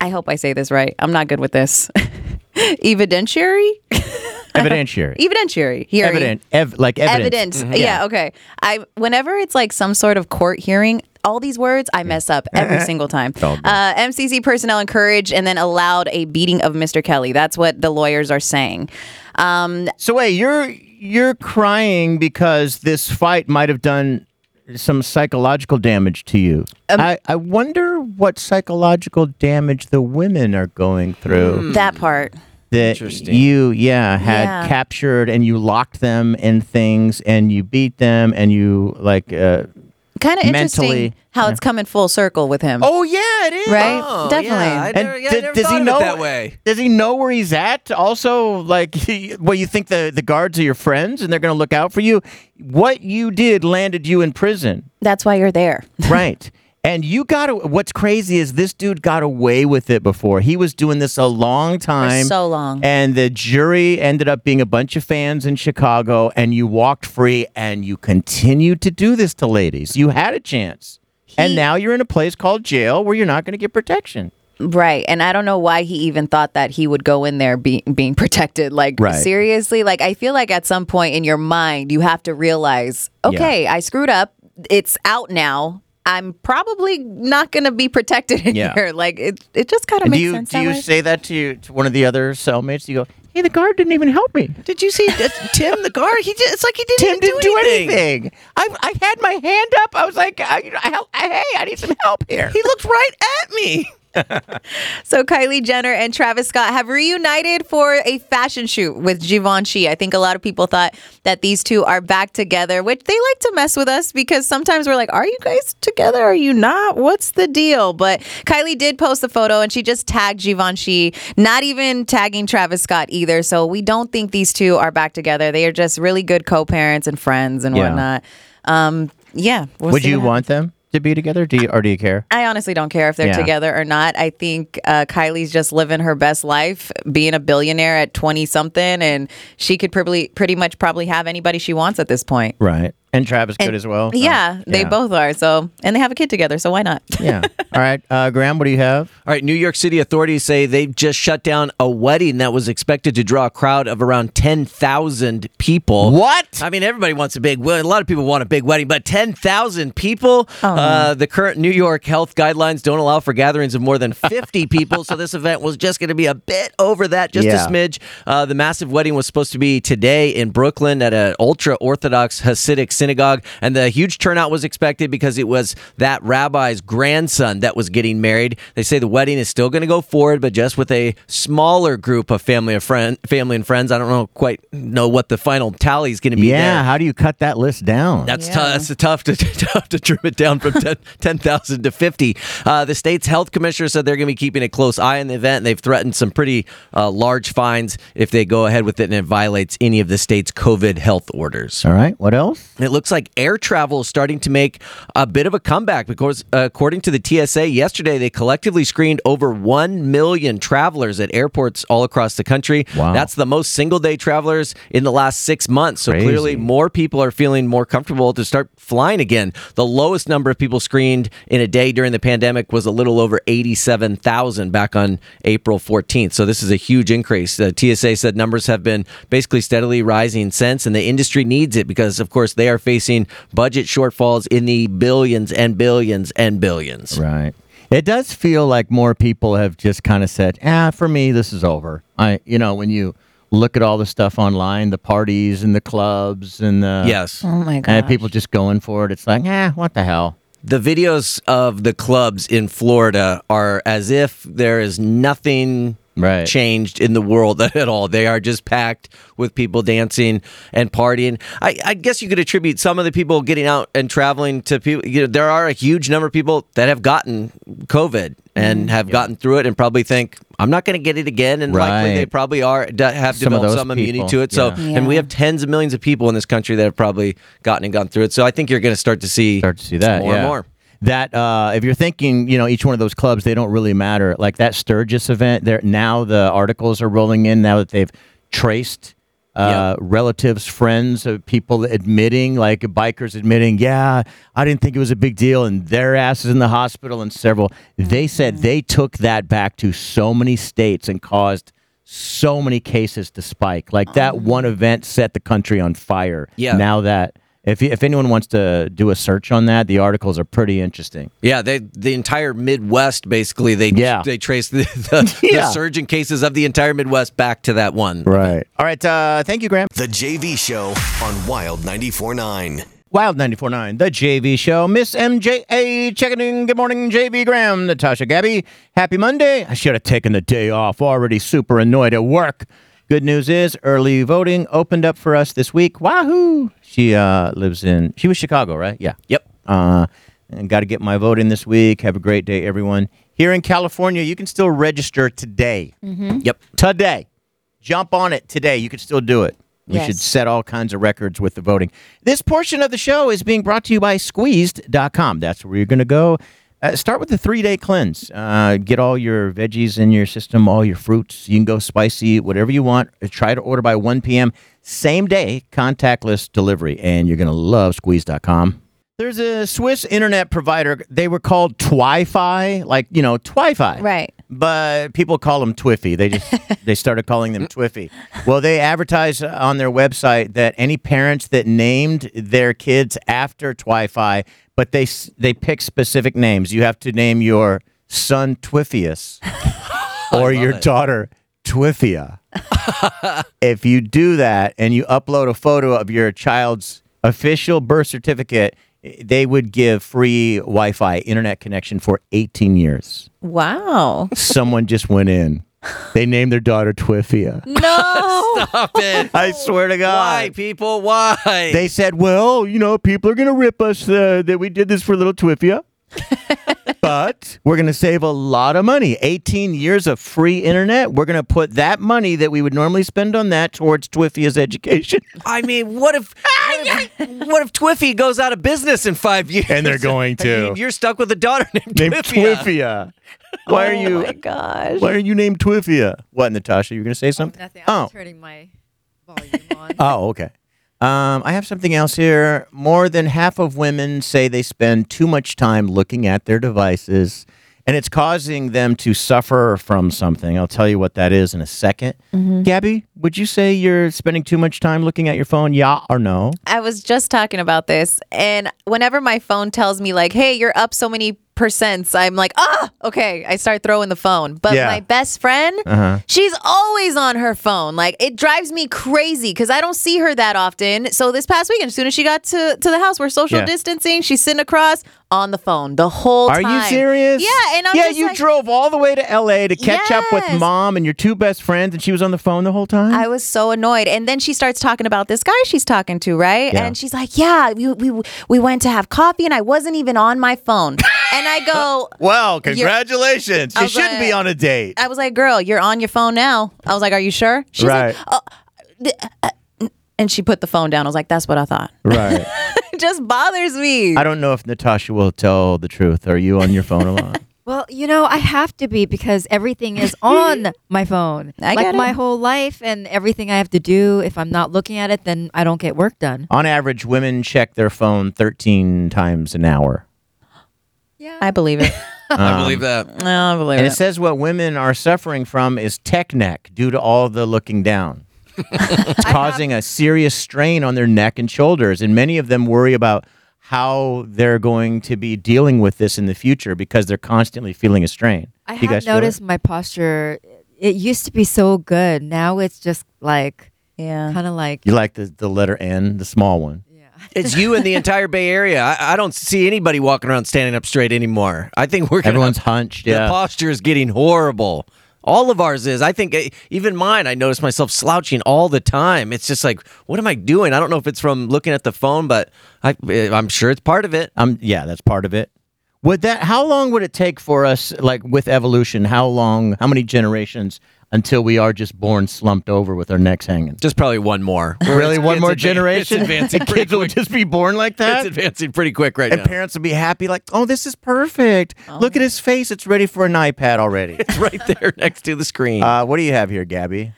I hope I say this right. I'm not good with this. Evidentiary? Evidentiary. Evidentiary. Hearing Evident. Ev- like evidence. evidence. Mm. Mm-hmm. Yeah. okay. I whenever it's like some sort of court hearing, all these words I mess up every single time. Oh, all good. Uh, MCC personnel encouraged and then allowed a beating of Mr. Kelly. That's what the lawyers are saying. Um, So wait, you're you're crying because this fight might have done some psychological damage to you. I, I wonder what psychological damage the women are going through Mm. that part. that Interesting. you yeah had Yeah. captured and you locked them in things and you beat them and you like uh, Kind of interesting Mentally, how it's coming full circle with him. Oh yeah, it is. Right? Oh, Definitely. Yeah. I and never, yeah, I d- never does thought he of it know that way? Does he know where he's at? Also, like, well, you think the the guards are your friends and they're going to look out for you. What you did landed you in prison. That's why you're there. Right. And you got to, what's crazy is this dude got away with it before. He was doing this a long time. so long. And the jury ended up being a bunch of fans in Chicago, and you walked free and you continued to do this to ladies. You had a chance. and He- now you're in a place called jail where you're not going to get protection. Right. And I don't know why he even thought that he would go in there be- being protected. Like, Right. seriously? Like, I feel like at some point in your mind, you have to realize, okay, I screwed up. It's out now. I'm probably not going to be protected in Yeah. here. Like, it, it just kind of do makes you sense. do that you way. say that to, you, to one of the other cellmates? You go, hey, the guard didn't even help me. Did you see that Tim the guard? He did. It's like he didn't. Tim even didn't do do anything. I I had my hand up. I was like, I, I, help- I- hey, I need some help here. He looked right at me. So Kylie Jenner and Travis Scott have reunited for a fashion shoot with Givenchy. I think a lot of people thought that these two are back together, which they like to mess with us because sometimes we're like, "Are you guys together? Are you not? What's the deal?" But Kylie did post the photo and she just tagged Givenchy, not even tagging Travis Scott either. So we don't think these two are back together. They are just really good co-parents and friends and Yeah. whatnot. Um, yeah. we'll Would see you what happens. want them to be together? Do you or do you care? I honestly don't care if they're Yeah. together or not. I think uh, Kylie's just living her best life, being a billionaire at twenty something, and she could probably pretty much probably have anybody she wants at this point. Right. And Travis could as well. Oh. so- yeah, they both are. So, and they have a kid together. So why not? yeah. All right, uh, Graham. What do you have? All right, New York City authorities say they just shut down a wedding that was expected to draw a crowd of around 10,000 people. What? I mean, everybody wants a big well, a lot of people want a big wedding, but 10,000 people? uh, the current New York health guidelines don't allow for gatherings of more than 50 people, so this event was just going to be a bit over that, just Yeah. a smidge. Uh, the massive wedding was supposed to be today in Brooklyn at an ultra Orthodox Hasidic synagogue synagogue, and the huge turnout was expected because it was that rabbi's grandson that was getting married. They say the wedding is still going to go forward, but just with a smaller group of family of friend, family and friends. I don't know quite know what the final tally is going to be. Yeah, there. how do you cut that list down? That's tou- that's a tough to tough to trim it down from 10 10,000 to 50. Uh, the state's health commissioner said they're going to be keeping a close eye on the event, and they've threatened some pretty uh, large fines if they go ahead with it and it violates any of the state's COVID health orders. All right, what else? It looks like air travel is starting to make a bit of a comeback because, uh, according to the TSA, yesterday they collectively screened over 1 million travelers at airports all across the country. Wow. That's the most single day travelers in the last six months. So Crazy. clearly, more people are feeling more comfortable to start flying again. The lowest number of people screened in a day during the pandemic was a little over 87,000 back on April 14th. So this is a huge increase. The TSA said numbers have been basically steadily rising since, and the industry needs it because, of course, they are facing budget shortfalls in the billions and billions and billions. Right. It does feel like more people have just kind of said, "Ah, for me, this is over." I, you know, when you look at all the stuff online, the parties and the clubs and the Yes. Oh my and god. people just going for it. It's like, ah, what the hell? the videos of the clubs in Florida are as if there is nothing Right. changed in the world at all. They are just packed with people dancing and partying. I, I guess you could attribute some of the people getting out and traveling to people. You know, there are a huge number of people that have gotten COVID Mm-hmm. and have gotten through it and probably think I'm not going to get it again. And likely they Right. probably are d- have Some of developed those some immunity people, to it. So yeah. and we Yeah. have tens of millions of people in this country that have probably gotten and gone through it. So I think you're going to start to see Start to see that more yeah. and more. That uh, if you're thinking, you know, each one of those clubs, they don't really matter. Like that Sturgis event, there now the articles are rolling in now that they've traced uh, relatives, friends, of people admitting, like bikers admitting, yeah, I didn't think it was a big deal, and their asses in the hospital, and several. They said they took that back to so many states and caused so many cases to spike. Like that one event set the country on fire. Yeah. Now that if if anyone wants to do a search on that, the articles are pretty interesting. Yeah, they the entire Midwest basically they Yeah. they trace the, the, Yeah. the surge in cases of the entire Midwest back to that one. Right. All right. Uh, thank you, Graham. The JV Show on Wild 94.9. Wild 94.9, The JV Show. Miss MJA checking in. Good morning, JV Graham. Natasha Gabby. Happy Monday. I should have taken the day off. Already super annoyed at work. Good news is early voting opened up for us this week. Wahoo! She uh, lives in, she was Chicago, right? Yeah. Yep. Uh, and got to get my vote in this week. Have a great day, everyone. Here in California, you can still register today. Yep. today. Jump on it today. You can still do it. We Yes. should set all kinds of records with the voting. This portion of the show is being brought to you by squeezed.com. That's where you're going to go. Uh, start with the three day cleanse. Uh, get all your veggies in your system, all your fruits. You can go spicy, whatever you want. Uh, Try to order by 1 p.m. Same day, contactless delivery. And you're going to love squeeze.com. There's a Swiss internet provider. They were called Twifi, like, you know, Twifi Right. but people call them Twiffy. They just they started calling them Twiffy. Well, they advertise on their website that any parents that named their kids after Twifi, but they s- they pick specific names. You have to name your son Twiffius or your daughter Twiffia. if you do that and you upload a photo of your child's official birth certificate, eh, they would give free Wi-Fi internet connection for 18 years Wow. someone just went in. They named their daughter Twiffia. No. Stop it. I swear to Why people? Why? They said, well, you know, people are going to rip us uh, that we did this for little Twiffia. but we're going to save a lot of money. 18 years of free internet. We're going to put that money that we would normally spend on that towards Twiffia's education. I mean, what if what if, what if Twiffy goes out of business in five years? And they're going I mean, to. you're stuck with a daughter named, Named Twiffy. Twiffia. Why are Oh you my gosh. why are you named Twiffia? What, Natasha, you were going to say something? Nothing. I'm Oh. just turning my volume on. Oh, okay. Um, I have something else here. More than half of women say they spend too much time looking at their devices, and it's causing them to suffer from something. I'll tell you what that is in a 2nd Mm-hmm. Gabby, would you say you're spending too much time looking at your phone? Yeah or no? I was just talking about this, and whenever my phone tells me like, "Hey, you're up so many percents, I'm like, ah, okay. I start throwing the phone. But Yeah. Uh-huh. my best friend, she's always on her phone. Like it drives me crazy because I don't see her that often. So this past weekend, as soon as she got to, to the house, we're social Yeah. distancing. She's sitting across on the phone the whole Are time. you serious? Yeah, and I'm yeah. just you like- drove all the way to L.A. to catch up with Yes. mom and your two best friends, and she was on the phone the whole time. I was so annoyed. And then she starts talking about this guy she's talking to, right? Yeah. And she's like, "Yeah, we, we we went to have coffee, and I wasn't even on my phone." and I go, well, You're- congratulations! I You was shouldn't be like- on a date. I was like, "Girl, you're on your phone now." I was like, "Are you sure?" She's Right. like, oh, th- uh, n- and she put the phone down. I was like, "That's what I thought." right. it just bothers me. I don't know if Natasha will tell the truth. Are you on your phone a lot? Well, you know, I have to be because everything is on my phone. I like get it. my whole life and everything I have to do. If I'm not looking at it, then I don't get work done. on average, women check their phone 13 times an hour. I believe it. I believe that. I believe And it it. says what women are suffering from is tech neck due to all the looking down. it's causing a serious strain on their neck and shoulders. And many of them worry about how they're going to be dealing with this in the future because they're constantly feeling a strain. I Do you guys have feel it? noticed my posture. It used to be so good. Now it's just like Yeah. kind of like You like the, the letter N, the small one. It's you and the entire Bay Area. I, I don't see anybody walking around standing up straight anymore. I think we're gonna, Everyone's hunched. The Yeah. posture is getting horrible. All of ours is. I think eh, even mine. I notice myself slouching all the time. It's just like, what am I doing? I don't know if it's from looking at the phone, but I, eh, I'm sure it's part of it. Um, yeah, that's part of it. Would that? How long would it take for us, like with evolution? How long? How many generations until we are just born slumped over with our necks hanging? Just probably one more. We're- Really, it's- one it's more advan- generation? It's advancing The pretty kids will quick. just be born like It's that, advancing pretty quick right and now. parents will be happy, like, "Oh, this is perfect. Oh, Look at his face; it's ready for an iPad already." It's right there next to the screen. uh, what do you have here, Gabby?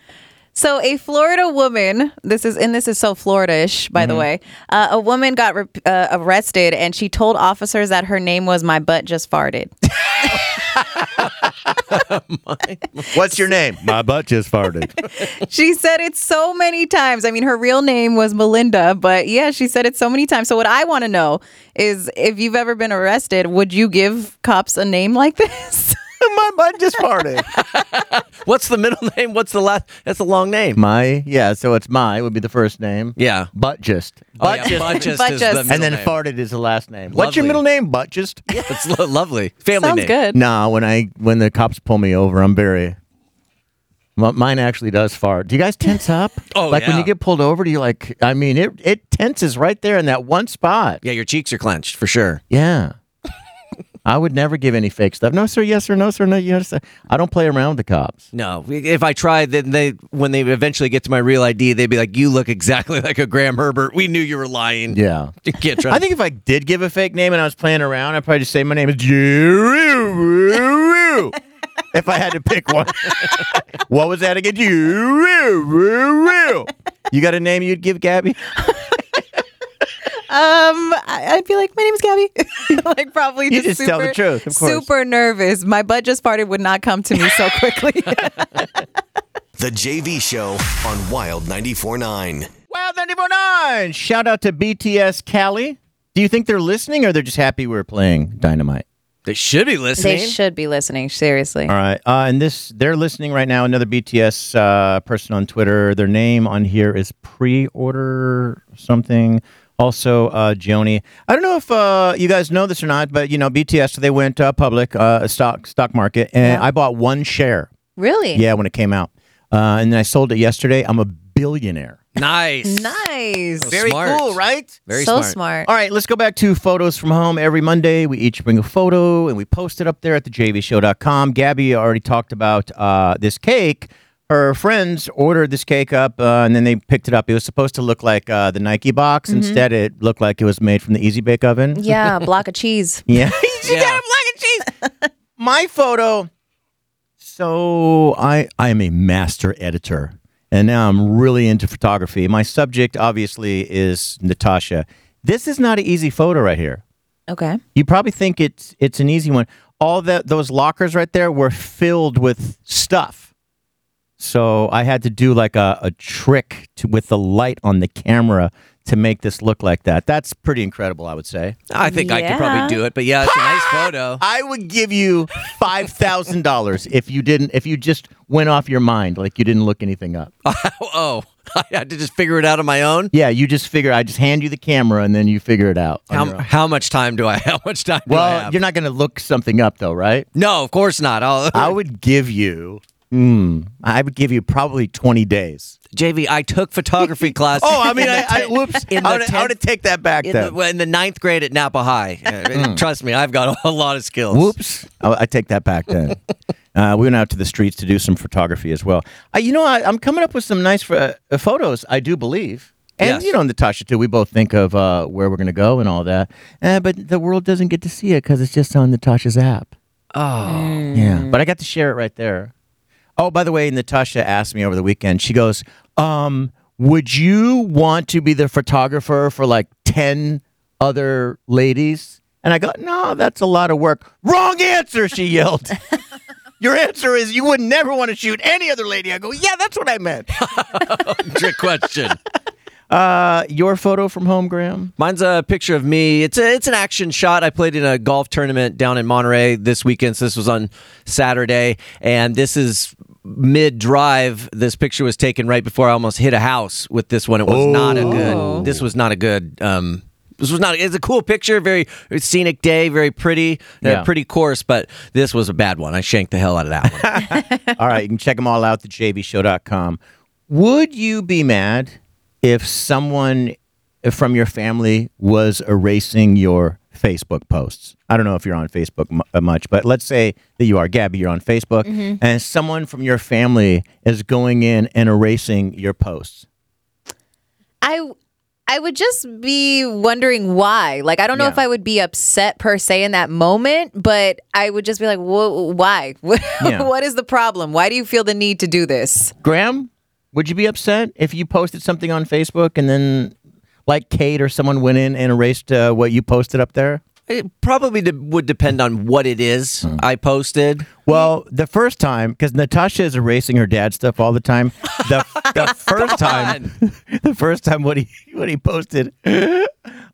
So a Florida woman, this is and this is so Florida-ish, by Mm-hmm. the way. Uh, a woman got re- uh, arrested, and she told officers that her name was "My butt just farted." What's your name? My butt just farted. She said it so many times. I mean, her real name was Melinda, but yeah, she said it so many times. So, what I want to know is if you've ever been arrested, would you give cops a name like this? My butt just farted. What's the middle name? What's the last? That's a long name. My yeah, so it's my would be the first name. Yeah. butt just. Oh, yeah, Butchist Butchist. is the And and then middle name. farted is the last name. What's your Lovely. middle name? Butt just. It's lo- lovely. Family Sounds name. good. Nah, when I when the cops pull me over, I'm very. M- mine actually does fart. Do you guys tense up? Oh, like when yeah. you get pulled over, do you like? I mean, it it tenses right there in that one spot. Yeah, your cheeks are clenched for sure. Yeah. I would never give any fake stuff. No sir, yes sir, no sir, no yes sir. I don't play around with the cops. No, if I tried, then they when they eventually get to my real ID, they'd be like, "You look exactly like a Graham Herbert. We knew you were lying. Yeah. You can't try." I think if I did give a fake name and I was playing around, I'd probably just say my name is Jeru. if I had to pick one. what was that again? Jeru. You got a name you'd give Gabby? Um, I- I'd be like, my name is Gabby. like, probably You just, just tell the super- truth, of course. Super nervous. My butt just farted would not come to me so quickly. The JV Show on Wild 94.9. Wow, 949. Shout out to BTS Cali. Do you think they're listening or they're just happy we're playing Dynamite? they should be listening. they should be listening, seriously. All right. Uh, and this, they're listening right now. Another BTS uh, person on Twitter. Their name on here is pre order something. Also, uh, Joni. I don't know if uh, you guys know this or not, but you know, BTS, they went uh, public, uh, stock stock market, and I bought one share. Really? Yeah, when it came out. Uh, and then I sold it yesterday. I'm a billionaire. Nice. Nice. Very Smart. cool, right? Very so smart. smart. All right, let's go back to photos from home. Every Monday, we each bring a photo and we post it up there at thejvshow.com. Gabby already talked about uh, this cake. Her friends ordered this cake up uh, and then they picked it up. It was supposed to look like uh, the Nike box. Instead, it looked like it was made from the Easy Bake Oven. Yeah, block of cheese. Yeah. Yeah. My photo. So I I am a master editor, and now I'm really into photography. My subject obviously is Natasha. This is not an easy photo right here. Okay. You probably think it's it's an easy one. All that those lockers right there were filled with stuff. So I had to do like a, a trick to, with the light on the camera to make this look like that. That's pretty incredible, I would say. I think I could Yeah. probably do it, but yeah, it's a nice photo. I would give you five thousand dollars if you didn't if you just went off your mind, like you didn't look anything up. Oh, I had to just figure it out on my own. Yeah, you just figure I just hand you the camera and then you figure it out. on your How, own. how much time do I? How much time? do I well, have? you're not gonna look something up though, right? No, of course not. I'll, I would give you mm, I would give you probably twenty days. JV, I took photography class. in the te- In the, tenth- take that back in the, well, in the ninth grade at Napa High. Uh, Trust me, I've got a lot of skills. Whoops. Oh, I, I take that back then. uh, we went out to the streets to do some photography as well. I, you know, I, I'm coming up with some nice pho- uh, photos, I do believe. And, Yes. you know, Natasha, too, we both think of uh, where we're going to go and all that. Uh, but the world doesn't get to see it because it's just on Natasha's app. Oh. Yeah. But I got to share it right there. Oh, by the way, Natasha asked me over the weekend. She goes, um, "Would you want to be the photographer for like ten other ladies?" And I go, "No, that's a lot of work." Wrong answer, she yelled. Your answer is you would never want to shoot any other lady. I go, "Yeah, that's what I meant." Trick question. uh, your photo from home, Graham. Mine's a picture of me. It's a, it's an action shot. I played in a golf tournament down in Monterey this weekend. So this was on Saturday, and this is mid drive. This picture was taken right before I almost hit a house with this one. It was not a Oh. good. This was not a good. Um, this was not. It's a cool picture. Very scenic day. Very pretty. uh, Yeah. pretty course, but this was a bad one. I shanked the hell out of that one. all right, you can check them all out at jvshow.com. Would you be mad if someone from your family was erasing your Facebook posts? I don't know if you're on Facebook mu- uh, much, but let's say that you are. Gabby, you're on Facebook, and someone from your family is going in and erasing your posts. I I would just be wondering why. Like I don't know if I would be upset per se in that moment, but I would just be like, "Wha- "Why? What, Yeah. what is the problem? Why do you feel the need to do this?" Graham, would you be upset if you posted something on Facebook and then, like Kate or someone went in and erased uh, what you posted up there? It probably de- would depend on what it is I posted. Well, the first time, because Natasha is erasing her dad stuff all the time. The, the first time, the first time, what he what he posted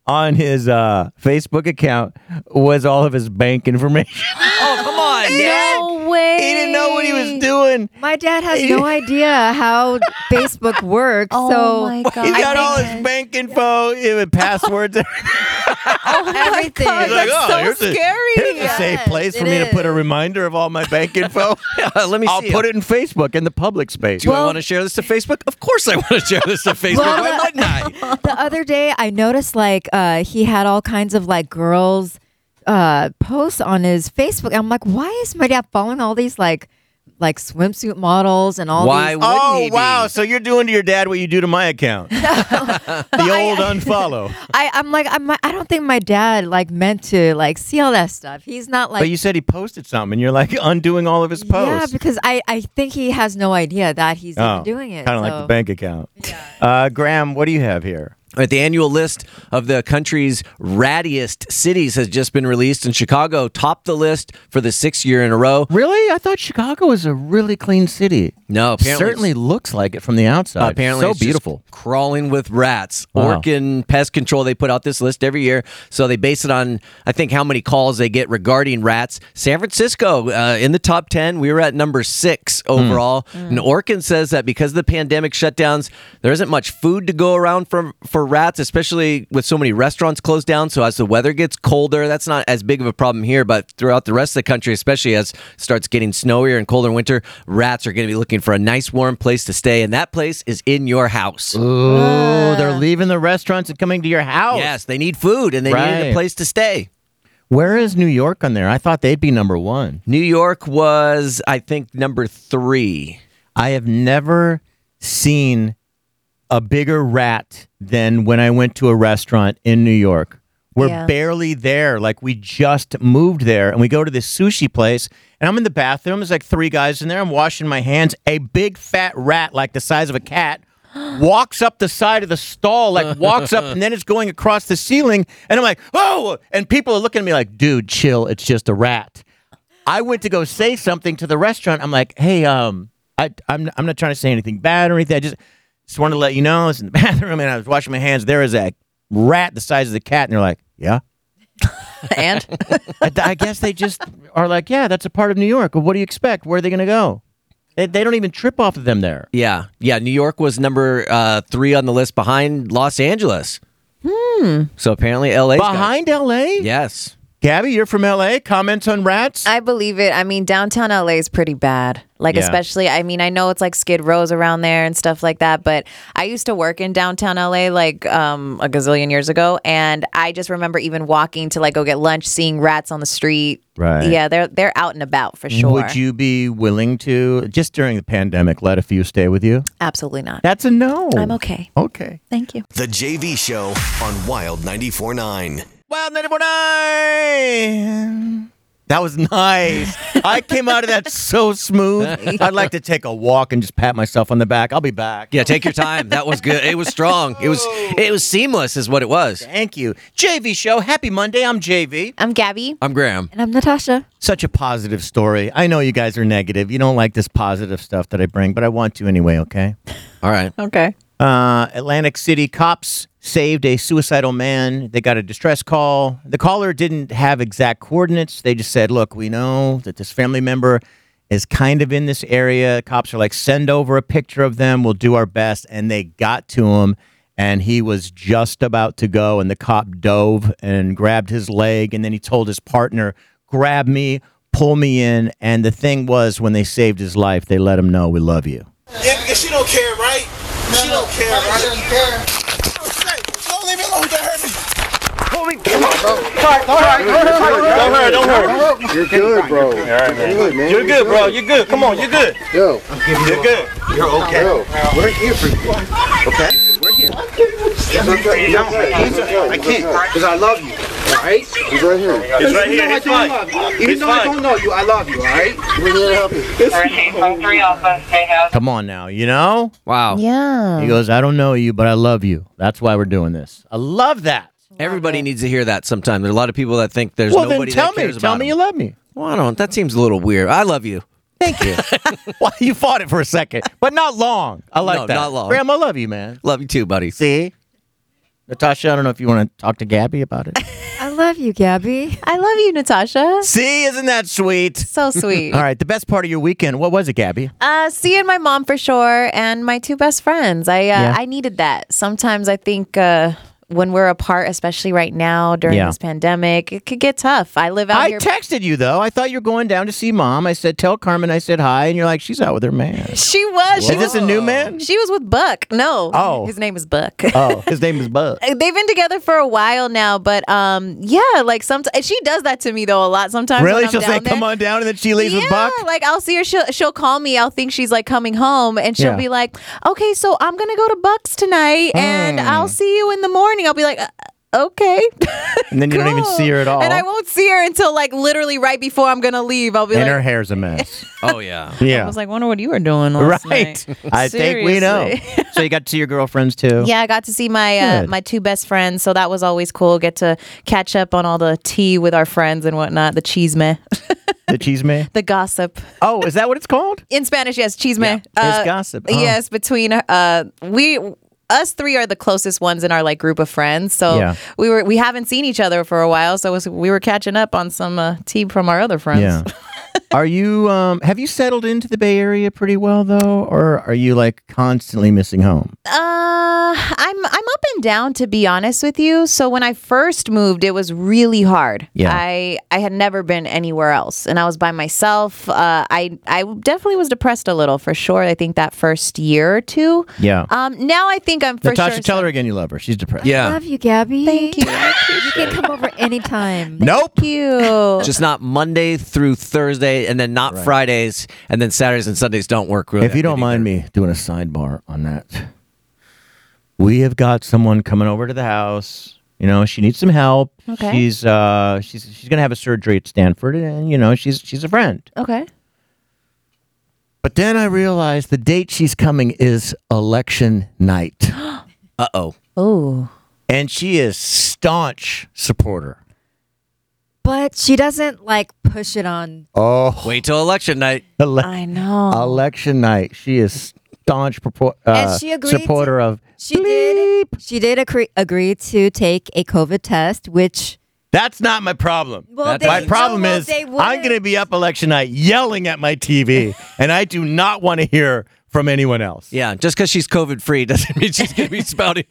on his uh, Facebook account was all of his bank information. Oh come on, Dad. No way. he didn't know what he was doing. My dad has no idea how Facebook works. Oh so my He god! got all his bank info, even passwords. Oh everything. God, He's like, That's oh, so here's a- scary. here's a safe Yes, place for it me to put a is. reminder of all my bank info. Uh, Let me. I'll see put it in Facebook in the public space. Do I want to share this to Facebook? Of course I want to share this to Facebook. Well, Why the- wouldn't I? "Oh, the other day I noticed like uh, he had all kinds of like girls uh, posts on his Facebook. I'm like, why is my dad following all these like like swimsuit models and all Why these? wouldn't Oh he be? wow! So you're doing to your dad what you do to my account. the old unfollow. I, I'm like, I'm, I don't think my dad like meant to like see all that stuff. He's not like, But you said he posted something, and you're like undoing all of his yeah, posts. because I, I think he has no idea that he's even doing it. Kind of Oh, like so. the bank account. Uh, Graham, what do you have here? All right, the annual list of the country's rattiest cities has just been released, and Chicago topped the list for the sixth year in a row. Really, I thought Chicago was a really clean city. No, apparently certainly looks like it from the outside. Apparently, so it's just beautiful. crawling with rats. Wow. Orkin Pest Control they put out this list every year, so they base it on I think how many calls they get regarding rats. San Francisco uh, in the top ten, we were at number six Hmm. overall. And Orkin says that because of the pandemic shutdowns, there isn't much food to go around for for rats, especially with so many restaurants closed down. So as the weather gets colder, that's not as big of a problem here, but throughout the rest of the country, especially as it starts getting snowier and colder in winter, rats are going to be looking for a nice warm place to stay, and that place is in your house. Oh, Ah. they're leaving the restaurants and coming to your house. Yes, they need food and they needed Oh. Right. a place to stay. Where is New York on there? I thought they'd be number one. New York was, I think, number three. I have never seen a bigger rat than when I went to a restaurant in New York. We're Yeah. barely there. Like we just moved there and we go to this sushi place and I'm in the bathroom. There's like three guys in there. I'm washing my hands. A big fat rat, like the size of a cat, walks up the side of the stall, like walks up and then it's going across the ceiling. And I'm like, oh, and people are looking at me like, dude, chill. It's just a rat. I went to go say something to the restaurant. I'm like, hey, um, I, I'm, I'm not trying to say anything bad or anything. I just Just wanted to let you know, I was in the bathroom and I was washing my hands. There is a rat the size of the cat, and they're like, yeah. and I, I guess they just are like, yeah, that's a part of New York. What do you expect? Where are they going to go? They, they don't even trip off of them there. Yeah, yeah. New York was number uh, three on the list behind Los Angeles. Hmm. So apparently, LA Behind L.A. Yes. Gabby, you're from L.A. Comments on rats? I believe it. I mean, downtown LA is pretty bad. Like, Yeah. especially, I mean, I know it's like Skid Row's around there and stuff like that, but I used to work in downtown LA like um, a gazillion years ago. And I just remember even walking to like go get lunch, seeing rats on the street. Right. Yeah, they're they're out and about for sure. Would you be willing to just during the pandemic let a few stay with you? Absolutely not. That's a no. I'm okay. Okay. Thank you. The JV Show on Wild 94.9. Wild 949. That was nice. I came out of that so smooth. I'd like to take a walk and just pat myself on the back. I'll be back. Yeah. Take your time. That was good. It was strong. It was. It was seamless. Is what it was. Thank you. JV Show. Happy Monday. I'm JV. I'm Gabby. I'm Graham. And I'm Natasha. Such a positive story. I know you guys are negative. You don't like this positive stuff that I bring, but I want to anyway, okay? All right. Okay. Uh, Atlantic City cops saved a suicidal man. They got a distress call. The caller didn't have exact coordinates. They just said, look, we know that this family member is kind of in this area. Cops are like, send over a picture of them. We'll do our best. And they got to him, and he was just about to go. And the cop dove and grabbed his leg. And then he told his partner, grab me, pull me in. And the thing was, when they saved his life, they let him know, we love you. Yeah, because she don't care, right? she don't care, right? She don't care. Don't leave me alone. Don't hurt me. Don't hurt, don't hurt. You're good, bro. You're good, Come on, you're good. Yo. You're good. You're okay. We're here for you. Okay? We're here. I can't, because I love you. Alright? He's right here. He's right here. He's fine. Even though I don't know you, I love you, alright? We're here to help you. Hurricane Phone 3 Alpha, Bay House. Come on now, you know? Wow. Yeah. He goes, I don't know you, but I love you. That's why we're doing this. I love that. Everybody needs to hear that sometime. There's a lot of people that think there's well, then nobody tell that me. cares Tell about me them. you love me. Well, I don't. That seems a little weird. I love you. Thank you. well, you fought it for a second, but not long. I like No, that. not long. Graham, I love you, man. Love you too, buddy. See? Natasha, I don't know if you want to talk to Gabby about it. I love you, Gabby. I love you, Natasha. See, isn't that sweet? So sweet. All right, the best part of your weekend. What was it, Gabby? Uh, seeing my mom for sure, and my two best friends. I uh, Yeah. I needed that. Sometimes I think uh, when we're apart, especially right now during Yeah. this pandemic, it could get tough. I live out I here. texted you though. I thought you were going down to see mom. I said, "Tell Carmen." I said hi, and you're like, "She's out with her man." she was. She Is this was a new man? She was with Buck. No. Oh. His name is Buck. Oh, his name is Bud. They've been together for a while now, but um, yeah, like sometimes she does that to me though a lot. Sometimes when Really? I'm She'll down say, there. "Come on down," and then she leaves yeah, with Buck. like I'll see her. She'll she'll call me. I'll think she's like coming home, and she'll Yeah. be like, "Okay, so I'm gonna go to Bucks tonight, and Mm. I'll see you in the morning." I'll be like, "Uh, "Okay." And then you don't even cool." see her at all. and I won't see her until like literally right before I'm gonna leave. I'll be and like, her hair's a mess. Oh yeah. yeah. "I was like, wonder what you were doing last right. night." I think we know. Seriously. so you got to see your girlfriends too. Yeah, I got to see my uh, Good. my two best friends, so that was always cool. Get to catch up on all the tea with our friends and whatnot, the cheese meh, The cheese man. the gossip. Oh, is that what it's called? in Spanish, yes, chisme. uh, Yeah. It's gossip. Oh. Yes, between uh, we us three are the closest ones in our like group of friends. So Yeah. we were we haven't seen each other for a while, so it was, we were catching up on some uh, tea from our other friends. Yeah. are you um have you settled into the Bay Area pretty well though or are you like constantly missing home? Uh, I'm I'm up and down to be honest with you. So when I first moved, it was really hard. Yeah. I I had never been anywhere else, and I was by myself. Uh, I I definitely was depressed a little for sure. I think that first year or two. Yeah. Um, now I think I'm for Natasha, sure. tell her again you love her. She's depressed. Yeah. Love you, Gabby. Thank you. I You can come over anytime. Nope. you. Just not Monday through Thursday, and then not Fridays, and then Saturdays and Sundays don't work really. If you don't mind me doing a sidebar on that, we have got someone coming over to the house. You know, she needs some help. Okay. She's uh, she's she's gonna have a surgery at Stanford, and you know, she's she's a friend. okay. But then I realized the date she's coming is election night, Uh oh. Oh. and she is staunch supporter. But she doesn't like push it on. Oh, Wait till election night. I know. election night, she is staunch propo- uh, she agreed to- supporter of. She did. She did agree, agree to take a COVID test, which That's not my problem. Well, they- my no, problem well, is they I'm wouldn't- going to be up election night yelling at my TV, and I do not want to hear from anyone else. Yeah, just because she's COVID free doesn't mean she's going to be spouting.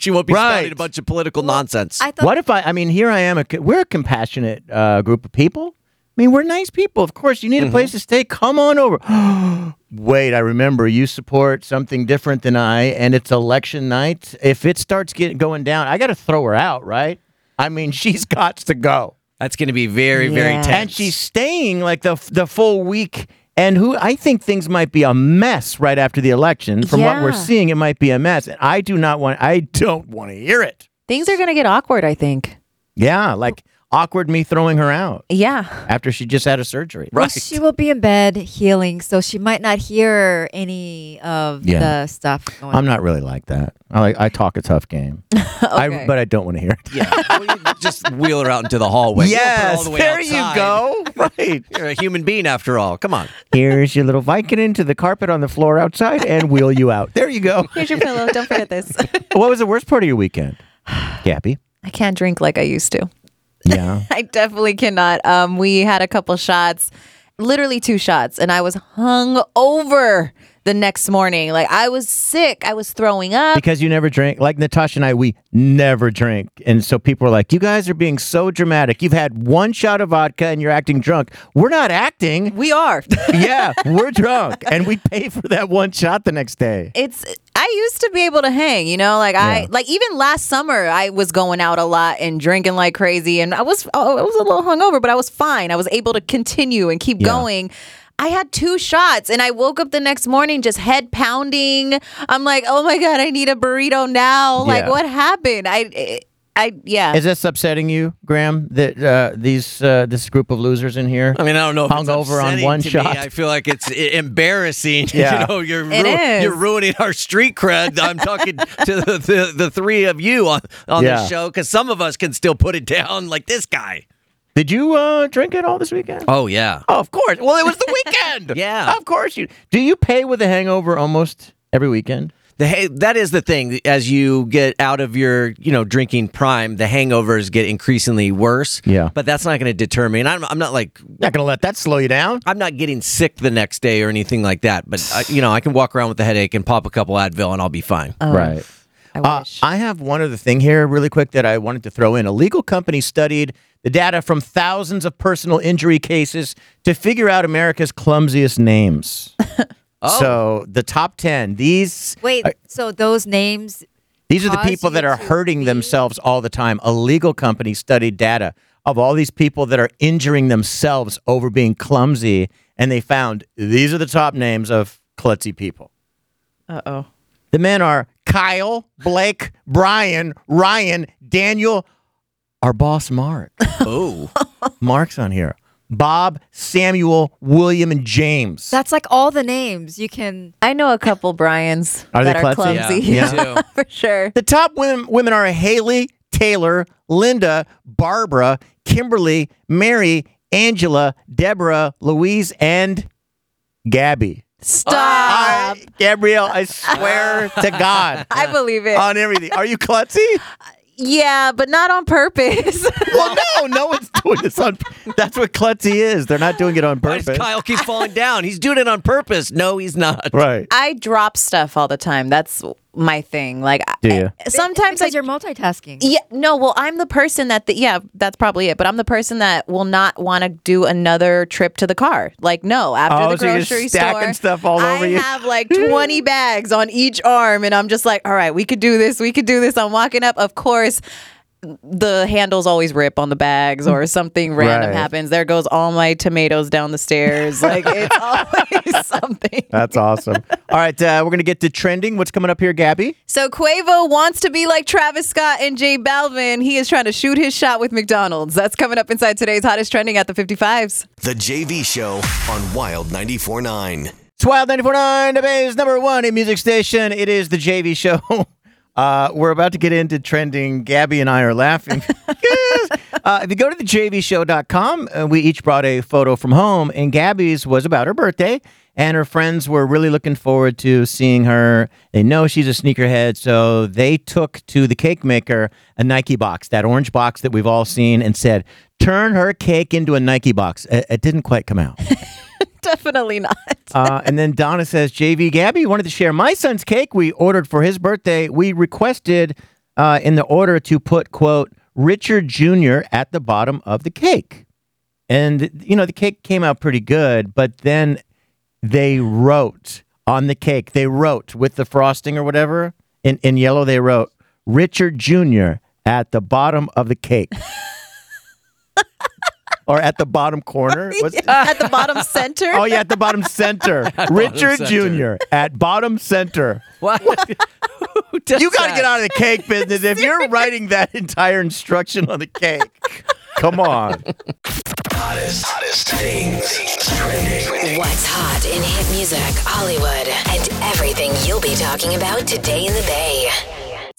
she won't be spouting Right. a bunch of political nonsense. I thought. What if I? I mean, here I am. A, co- we're a compassionate uh, group of people. I mean, we're nice people. Of course, you need a place to stay. Come on over. Wait, I remember you support something different than I, and it's election night. If it starts getting going down, I got to throw her out, right? I mean, she's got to go, That's going to be very, very Yeah. tense. and she's staying like the f- the full week. And who I think things might be a mess right after the election. From what we're Yeah. seeing, it might be a mess, and I do not want. I don't want to hear it. Things are gonna get awkward. I think. Yeah, like awkward me throwing her out Yeah. after she just had a surgery. well, She will be in bed healing, so she might not hear any of Yeah. the stuff going I'm not really like that. I like I talk a tough game, I, but I don't want to hear it. yeah. Well, you just wheel her out into the hallway. You don't put her all the way outside. Right. You're a human being after all. Come on. Here's your little Viking into the carpet on the floor outside and wheel you out. There you go. Here's your pillow. Don't forget this. What was the worst part of your weekend? Gappy. I can't drink like I used to. Yeah. I definitely cannot. Um, we had a couple shots, literally two shots, and I was hung over the next morning. Like I was sick. I was throwing up. Because you never drink. Like Natasha and I, we never drink. And so people are like, you guys are being so dramatic. You've had one shot of vodka and you're acting drunk. We're not acting. We are. yeah, we're drunk, and we pay for that one shot the next day. it's I used to be able to hang, you know, like I Yeah. like even last summer I was going out a lot and drinking like crazy and I was oh, I was a little hungover but I was fine. I was able to continue and keep going. I had two shots and I woke up the next morning just head pounding. I'm like, "Oh my god, I need a burrito now." Like Yeah. what happened? I I yeah. Is this upsetting you, Graham? That uh, these uh, this group of losers in here? I mean, I don't know. If it's Hungover on upsetting one to me. shot. I feel like it's i- embarrassing. Yeah. you know, you're It ru- is. you're ruining our street cred. I'm talking to the, the the three of you on on Yeah. this show because some of us can still put it down, like this guy. Did you uh, drink at all this weekend? Oh yeah. Oh, of course. Well, it was the weekend. Yeah. of course you. Do you pay with a hangover almost every weekend? The ha- that is the thing. As you get out of your, you know, drinking prime, the hangovers get increasingly worse. Yeah. but that's not going to deter me. And I'm, I'm not like Not gonna let that slow you down. I'm not getting sick the next day or anything like that. But I, you know, I can walk around with a headache and pop a couple Advil, and I'll be fine. right. I Uh, wish. I have one other thing here, really quick, that I wanted to throw in. A legal company studied the data from thousands of personal injury cases to figure out America's clumsiest names. Oh. So the top ten. These Wait, so those names? these are the cause people that you are to hurting be- themselves all the time. A legal company studied data of all these people that are injuring themselves over being clumsy, and they found these are the top names of klutzy people. Uh-oh. The men are Kyle, Blake, Brian, Ryan, Daniel, our boss Mark. Oh, Mark's on here. Bob, Samuel, William, and James. That's like all the names you can. I know a couple Bryans Are they that are klutzy? clumsy. Yeah. Me too. For sure. the top women, women are Haley, Taylor, Linda, Barbara, Kimberly, Mary, Angela, Deborah, Louise, and Gabby. Stop. I, Gabrielle, I swear to God I believe it. on everything. Are you klutzy? yeah, but not on purpose. Well, no, no one's doing this on. That's what klutzy is. They're not doing it on Why does purpose. Kyle keep falling down? He's doing it on purpose. No, he's not. Right. I drop stuff all the time. That's my thing. Like I- Do you? Sometimes sometimes I because you're multitasking. yeah no well I'm the person that the, yeah that's probably it. But I'm the person that will not want to do another trip to the car. Like no after Oh, the so you're just grocery stacking store stuff all I over you. have like 20 bags on each arm, and I'm just like all right we could do this we could do this. I'm walking up. Of course the handles always rip on the bags or something random Right. happens. There goes all my tomatoes down the stairs. Like it's always something. That's awesome. All right, uh, we're gonna get to trending. What's coming up here, Gabby? So Quavo wants to be like Travis Scott and Jay Balvin. He is trying to shoot his shot with McDonald's. That's coming up inside today's hottest trending at the 55s. The JV Show on Wild 94.9. It's Wild 94.9, today's number one in music station. It is the JV show. Uh, we're about to get into trending. Gabby and I are laughing. Yes. Uh, if you go to thejvshow.com, uh, we each brought a photo from home, and Gabby's was about her birthday, and her friends were really looking forward to seeing her. They know she's a sneakerhead, so they took to the cake maker a Nike box, that orange box that we've all seen, and said, Turn her cake into a Nike box. Uh, It, it didn't quite come out. Definitely not. Uh, and then Donna says, JV Gabby wanted to share my son's cake we ordered for his birthday. We requested uh, in the order to put, quote, Richard Jr. at the bottom of the cake. And, you know, the cake came out pretty good, but then they wrote on the cake, they wrote with the frosting or whatever, in, in yellow, they wrote Richard Jr. at the bottom of the cake. or at the bottom corner. Was- At the bottom center. Oh yeah, at the bottom center, Richard center. Jr. at bottom center. What? Who does You got to that? get out of the cake business if you're writing that entire instruction on the cake. Come on. Hottest things trending. What's hot in hit music, Hollywood, and everything you'll be talking about today in the Bay.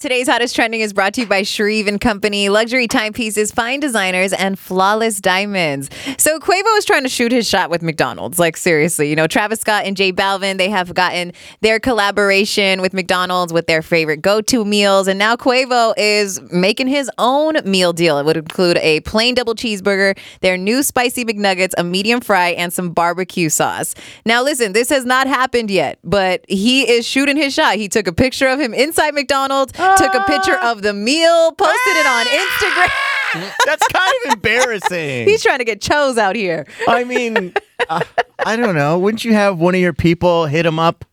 Today's hottest trending is brought to you by Shreve and Company, luxury timepieces, fine designers, and flawless diamonds. So Quavo is trying to shoot his shot with McDonald's. Like seriously, you know, Travis Scott and Jay Balvin, they have gotten their collaboration with McDonald's with their favorite go-to meals, and now Quavo is making his own meal deal. It would include a plain double cheeseburger, their new spicy McNuggets, a medium fry, and some barbecue sauce. Now listen, this has not happened yet, but he is shooting his shot. He took a picture of him inside McDonald's took a picture of the meal, posted it on Instagram. That's kind of embarrassing. He's trying to get chose out here. I mean, uh, I don't know. Wouldn't you have one of your people hit him up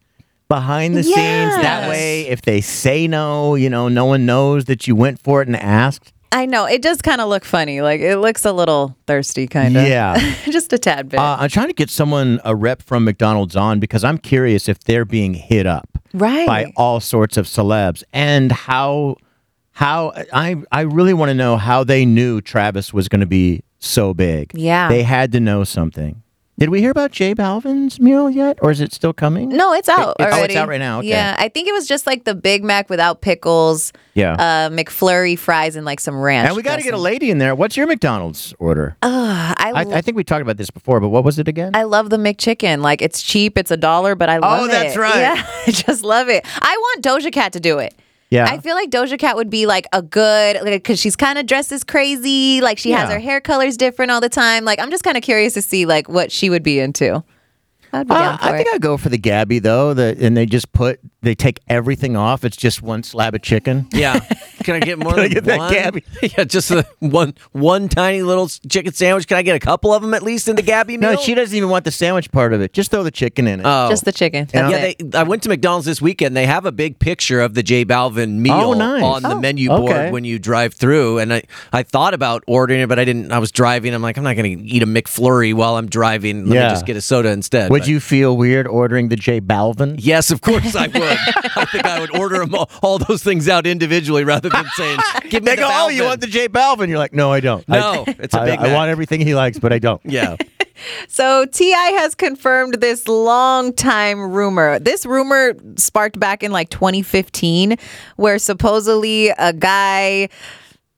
behind the scenes? That Yes. way, if they say no, you know, no one knows that you went for it and asked. I know it does kind of look funny. Like it looks a little thirsty, kind of. Yeah. just a tad bit. Uh, I'm trying to get someone a rep from McDonald's on because I'm curious if they're being hit up Right. by all sorts of celebs and how how I I really want to know how they knew Travis was going to be so big. Yeah. they had to know something. Did we hear about Jay Balvin's meal yet, or is it still coming? no, it's out It- it's- oh, it's already. out right now, okay. Yeah, I think it was just like the Big Mac without pickles. Yeah. Uh, McFlurry fries and like some ranch. and we got to get a dressing. lady in there. What's your McDonald's order? I, I, I think we talked about this before, but what was it again? Oh. I love the McChicken. Like it's cheap, it's a dollar, but I love it. Oh, that's right. Yeah, I just love it. I want Doja Cat to do it. Yeah. I feel like Doja Cat would be like a good like because she's kind of dressed as crazy. Like she has Yeah. her hair colors different all the time. Like I'm just kind of curious to see like what she would be into. I'd be Uh, down for I think it. I go for the Gabby though, the, and they just put they take everything off. It's just one slab of chicken. Yeah. Can I get more Can I than get that one? Gabby? yeah, just the one one tiny little chicken sandwich. Can I get a couple of them at least in the Gabby meal? No, she doesn't even want the sandwich part of it. Just throw the chicken in it. Oh. just the chicken. Yeah. That's yeah, it. they, I went to McDonald's this weekend. They have a big picture of the J Balvin meal Oh, nice. on the Oh, menu board okay. when you drive through. And I, I thought about ordering it, but I didn't. I was driving. I'm like, I'm not going to eat a McFlurry while I'm driving. Let Yeah. me just get a soda instead. Would But- you feel weird ordering the J Balvin? Yes, of course I would. I think I would order them all, all those things out individually rather than saying, give me They the go, oh, you Balvin." want the J Balvin? You're like, no, I don't. No, I, it's a I- Big I Mac." want everything he likes, but I don't. Yeah. So Ti has confirmed this long time rumor. This rumor sparked back in like 2015, where supposedly a guy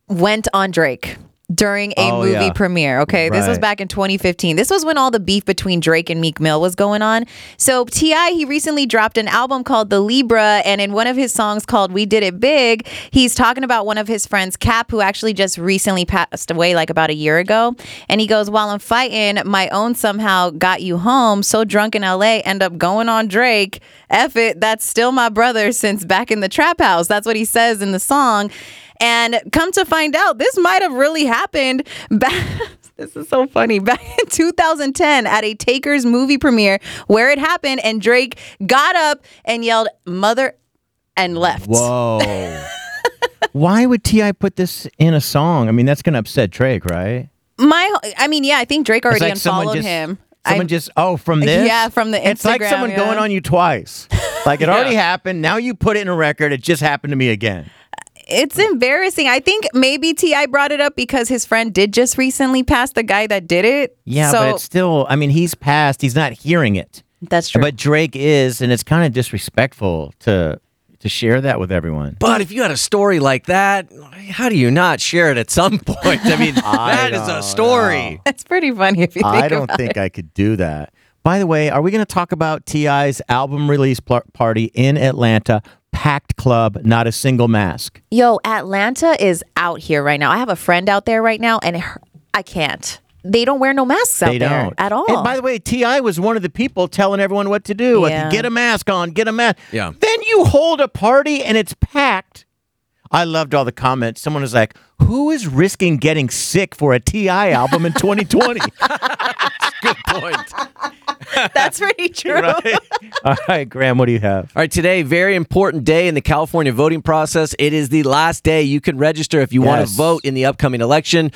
went on Drake during a Oh, movie yeah. premiere. Okay, this was Right. back in 2015. This was when all the beef between Drake and Meek Mill was going on. So Ti he recently dropped an album called The Libra, and in one of his songs called We Did It Big, he's talking about one of his friends Cap, who actually just recently passed away, like about a year ago. And he goes, "While I'm fighting, my own somehow got you home. So drunk in L.A., end up going on Drake. F it, that's still my brother since back in the trap house. That's what he says in the song." And come to find out, this might have really happened back. This is so funny. Back in 2010 at a Taker's movie premiere where it happened, and Drake got up and yelled, Mother, and left. Whoa. Oh. Why would Ti put this in a song? I mean, that's gonna upset Drake, right? My, I mean, yeah, I think Drake already someone unfollowed just- him. Someone I- just oh from this Yeah, from the It's like Instagram, someone yeah. going on you twice. Like it already happened. Now you put it in a record. It just happened to me again. It's embarrassing. I think maybe T.I. brought it up because his friend did just recently pass the guy that did it. Yeah, so but it's still. I mean, he's passed. He's not hearing it. that's true. But Drake is, and it's kind of disrespectful to to share that with everyone. But if you had a story like that, how do you not share it at some point? I mean, I that is don't a story. That's pretty funny if you think I don't about think it. I could do that. By the way, are we going to talk about T.I.'s album release pl- party in Atlanta? Packed club, not a single mask. Yo, Atlanta is out here right now. I have a friend out there right now, and her, I can't. They don't wear no masks out they there don't. at all. And by the way, T.I. was one of the people telling everyone what to do. Like, Yeah. get a mask on, get a mask. Yeah. Then you hold a party and it's packed. I loved all the comments. Someone was like, who is risking getting sick for a T.I. album in 2020? Good point. That's pretty true. all right, Graham, what do you have? All right, today, very important day in the California voting process. It is the last day you can register if you want to Yes. vote in the upcoming election.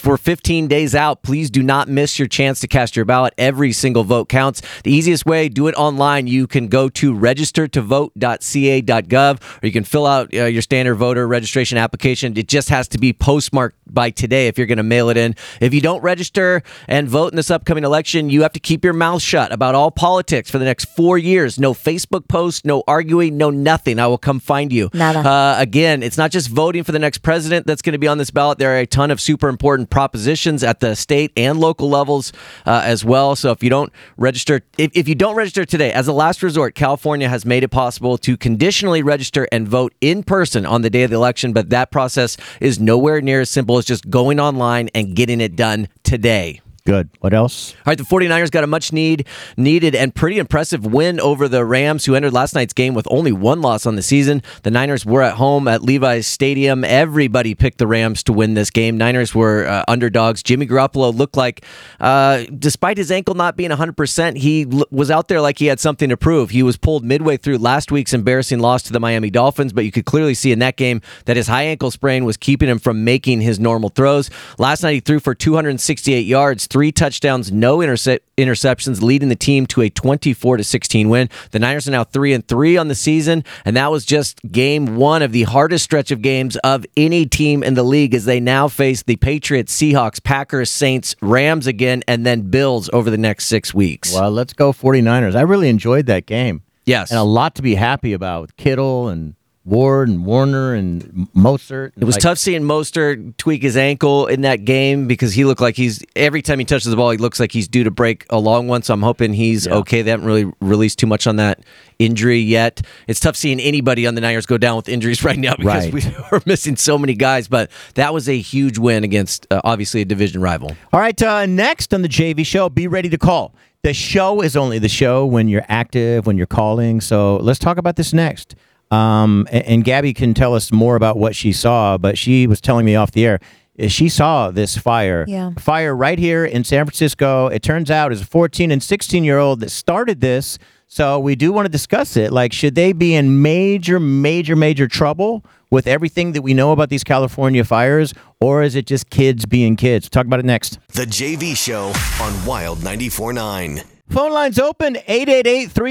For 15 days out, please do not miss your chance to cast your ballot. Every single vote counts. The easiest way, do it online. You can go to registertovote.ca.gov or you can fill out uh, your standard voter registration application. It just has to be postmarked by today if you're going to mail it in. If you don't register and vote in this upcoming election, you have to keep your mouth shut about all politics for the next four years. No Facebook posts, no arguing, no nothing. I will come find you. Nada. Uh, again, it's not just voting for the next president that's going to be on this ballot. There are a ton of super important propositions at the state and local levels uh, as well. So if you don't register, if, if you don't register today, as a last resort, California has made it possible to conditionally register and vote in person on the day of the election. But that process is nowhere near as simple as just going online and getting it done today. Good. What else? All right, the 49ers got a much need needed and pretty impressive win over the Rams, who entered last night's game with only one loss on the season. The Niners were at home at Levi's Stadium. Everybody picked the Rams to win this game. Niners were uh, underdogs. Jimmy Garoppolo looked like, uh, despite his ankle not being 100%, he l- was out there like he had something to prove. He was pulled midway through last week's embarrassing loss to the Miami Dolphins, but you could clearly see in that game that his high ankle sprain was keeping him from making his normal throws. Last night, he threw for 268 yards, three touchdowns, no interse- interceptions, leading the team to a 24 to 16 win. The Niners are now three and three on the season, and that was just game one of the hardest stretch of games of any team in the league, as they now face the Patriots, Seahawks, Packers, Saints, Rams again, and then Bills over the next six weeks. Well, Uh, let's go 49ers. I really enjoyed that game. Yes. And a lot to be happy about with Kittle and Ward and Warner and Mozart. It was tough seeing Mostert tweak his ankle in that game because he looked like he's every time he touches the ball, he looks like he's due to break a long one. So I'm hoping he's okay. They haven't really released too much on that injury yet. It's tough seeing anybody on the Niners go down with injuries right now because Right. we are missing so many guys. But that was a huge win against uh, obviously a division rival. All right, uh, next on the JV show, be ready to call. The show is only the show when you're active, when you're calling. So let's talk about this next. Um, a- and, Gabby can tell us more about what she saw, but she was telling me off the air. uh, She saw this fire. Yeah. Fire right here in San Francisco. It turns out is a 14 and 16 year old that started this. So we do want to discuss it. Like, should they be in major, major, major trouble with everything that we know about these California fires, or is it just kids being kids? Talk about it next. The JV Show on Wild 94.9. Phone lines open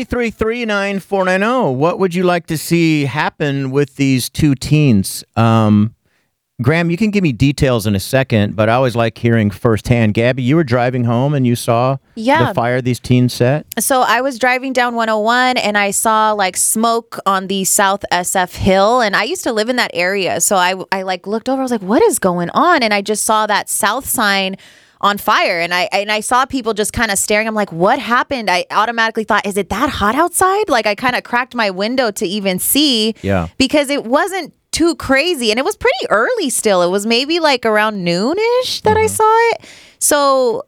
888-333-9490. oh. What would you like to see happen with these two teens? Um, Graham, you can give me details in a second, but I always like hearing firsthand. Gabby, you were driving home and you saw Yeah. the fire these teens set. So I was driving down 101 and I saw like smoke on the South SF hill and I used to live in that area. So I I like looked over I was like what is going on and I just saw that south sign on fire and I and I saw people just kind of staring. I'm like what happened? I automatically thought is it that hot outside? Like I kind of cracked my window to even see Yeah. because it wasn't too crazy and it was pretty early still. It was maybe like around noonish that I saw it. So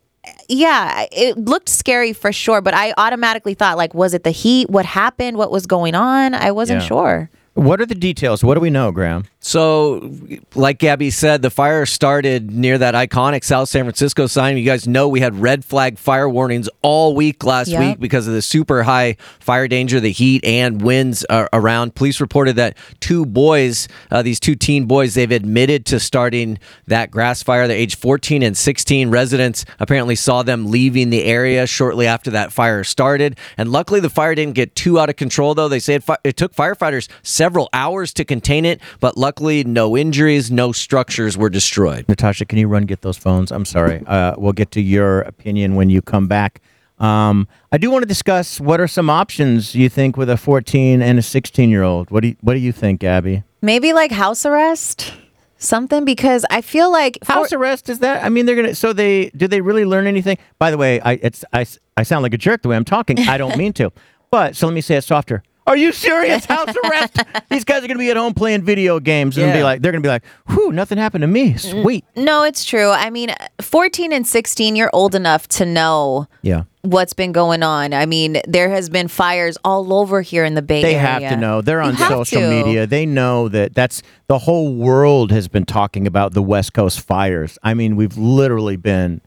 yeah, it looked scary for sure, but I automatically thought like was it the heat? What happened? What was going on? I wasn't Yeah. sure. What are the details? What do we know, Graham? So, like Gabby said, the fire started near that iconic South San Francisco sign. You guys know we had red flag fire warnings all week last Yep. week because of the super high fire danger, the heat, and winds uh, around. Police reported that two boys, uh, these two teen boys, they've admitted to starting that grass fire. They're age 14 and 16. Residents apparently saw them leaving the area shortly after that fire started. And luckily, the fire didn't get too out of control, though. They say it, fi- it took firefighters several hours to contain it, but luckily, no injuries, no structures were destroyed. Natasha, can you run get those phones? I'm sorry. Uh, we'll get to your opinion when you come back. Um, I do want to discuss what are some options you think with a 14 and a 16 year old. What do you, what do you think, Gabby? Maybe like house arrest, something because I feel like House arrest is that? I mean, they're gonna. So they do they really learn anything? By the way, I it's I, s- I sound like a jerk the way I'm talking. I don't mean to, but so let me say it softer. Are you serious? House arrest? These guys are gonna be at home playing video games and be Yeah. Mm. like, they're gonna be like, whew, nothing happened to me. Sweet. No, it's true. I mean, 14 and 16, you're old enough to know Yeah. what's been going on. I mean, there has been fires all over here in the Bay They Area. have to know. They're You on have social to. media. They know that that's the whole world has been talking about the West Coast fires. I mean, we've literally been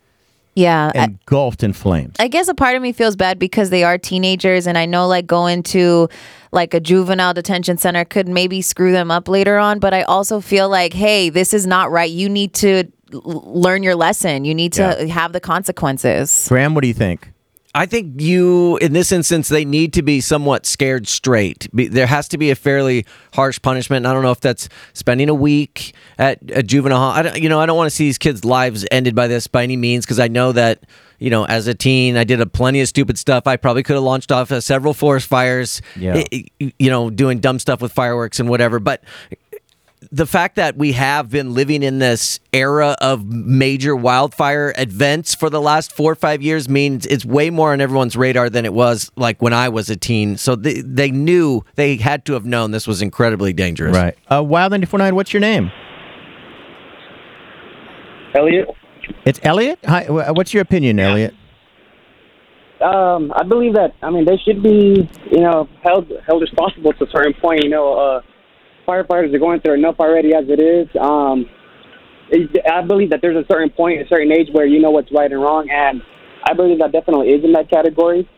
Yeah. I- engulfed in flames. I guess a part of me feels bad because they are teenagers, and I know like going to like a juvenile detention center could maybe screw them up later on. But I also feel like, hey, this is not right. You need to l- learn your lesson. You need to have the consequences. Graham, what do you think? I think you, in this instance, they need to be somewhat scared straight. Be, there has to be a fairly harsh punishment. And I don't know if that's spending a week at a juvenile. hall. I don't, you know, I don't want to see these kids' lives ended by this by any means because I know that, you know, as a teen, I did a plenty of stupid stuff. I probably could have launched off uh, several forest fires. Yeah. i- i- you know, doing dumb stuff with fireworks and whatever. But the fact that we have been living in this era of major wildfire events for the last four or five years means it's way more on everyone's radar than it was like when I was a teen. So they, they knew they had to have known this was incredibly dangerous. Right. Uh, Wild 949, what's your name? Elliot. It's Elliot. Hi. wh- uh, What's your opinion, Elliot? Um, I believe that I mean they should be you know held held responsible to a certain point. You know, uh, firefighters are going through enough already as it is. Um, it- I believe that there's a certain point, a certain age where you know what's right and wrong, and I believe that definitely is in that category.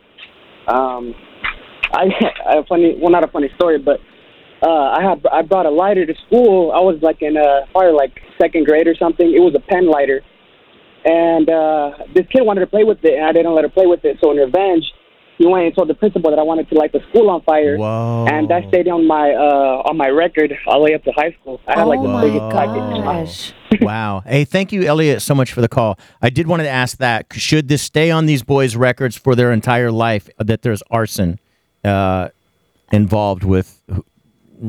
Um, I, I have a funny, well, not a funny story, but uh, I had I brought a lighter to school. I was like in uh, probably like second grade or something. It was a pen lighter, and uh, this kid wanted to play with it, and I didn't let her play with it. So in revenge, he went and told the principal that I wanted to light the school on fire, Whoa. and that stayed on my uh, on my record all the way up to high school. I had Oh like the biggest pocket. wow. Hey, thank you, Elliot, so much for the call. I did want to ask that should this stay on these boys' records for their entire life that there's arson uh, involved with, who-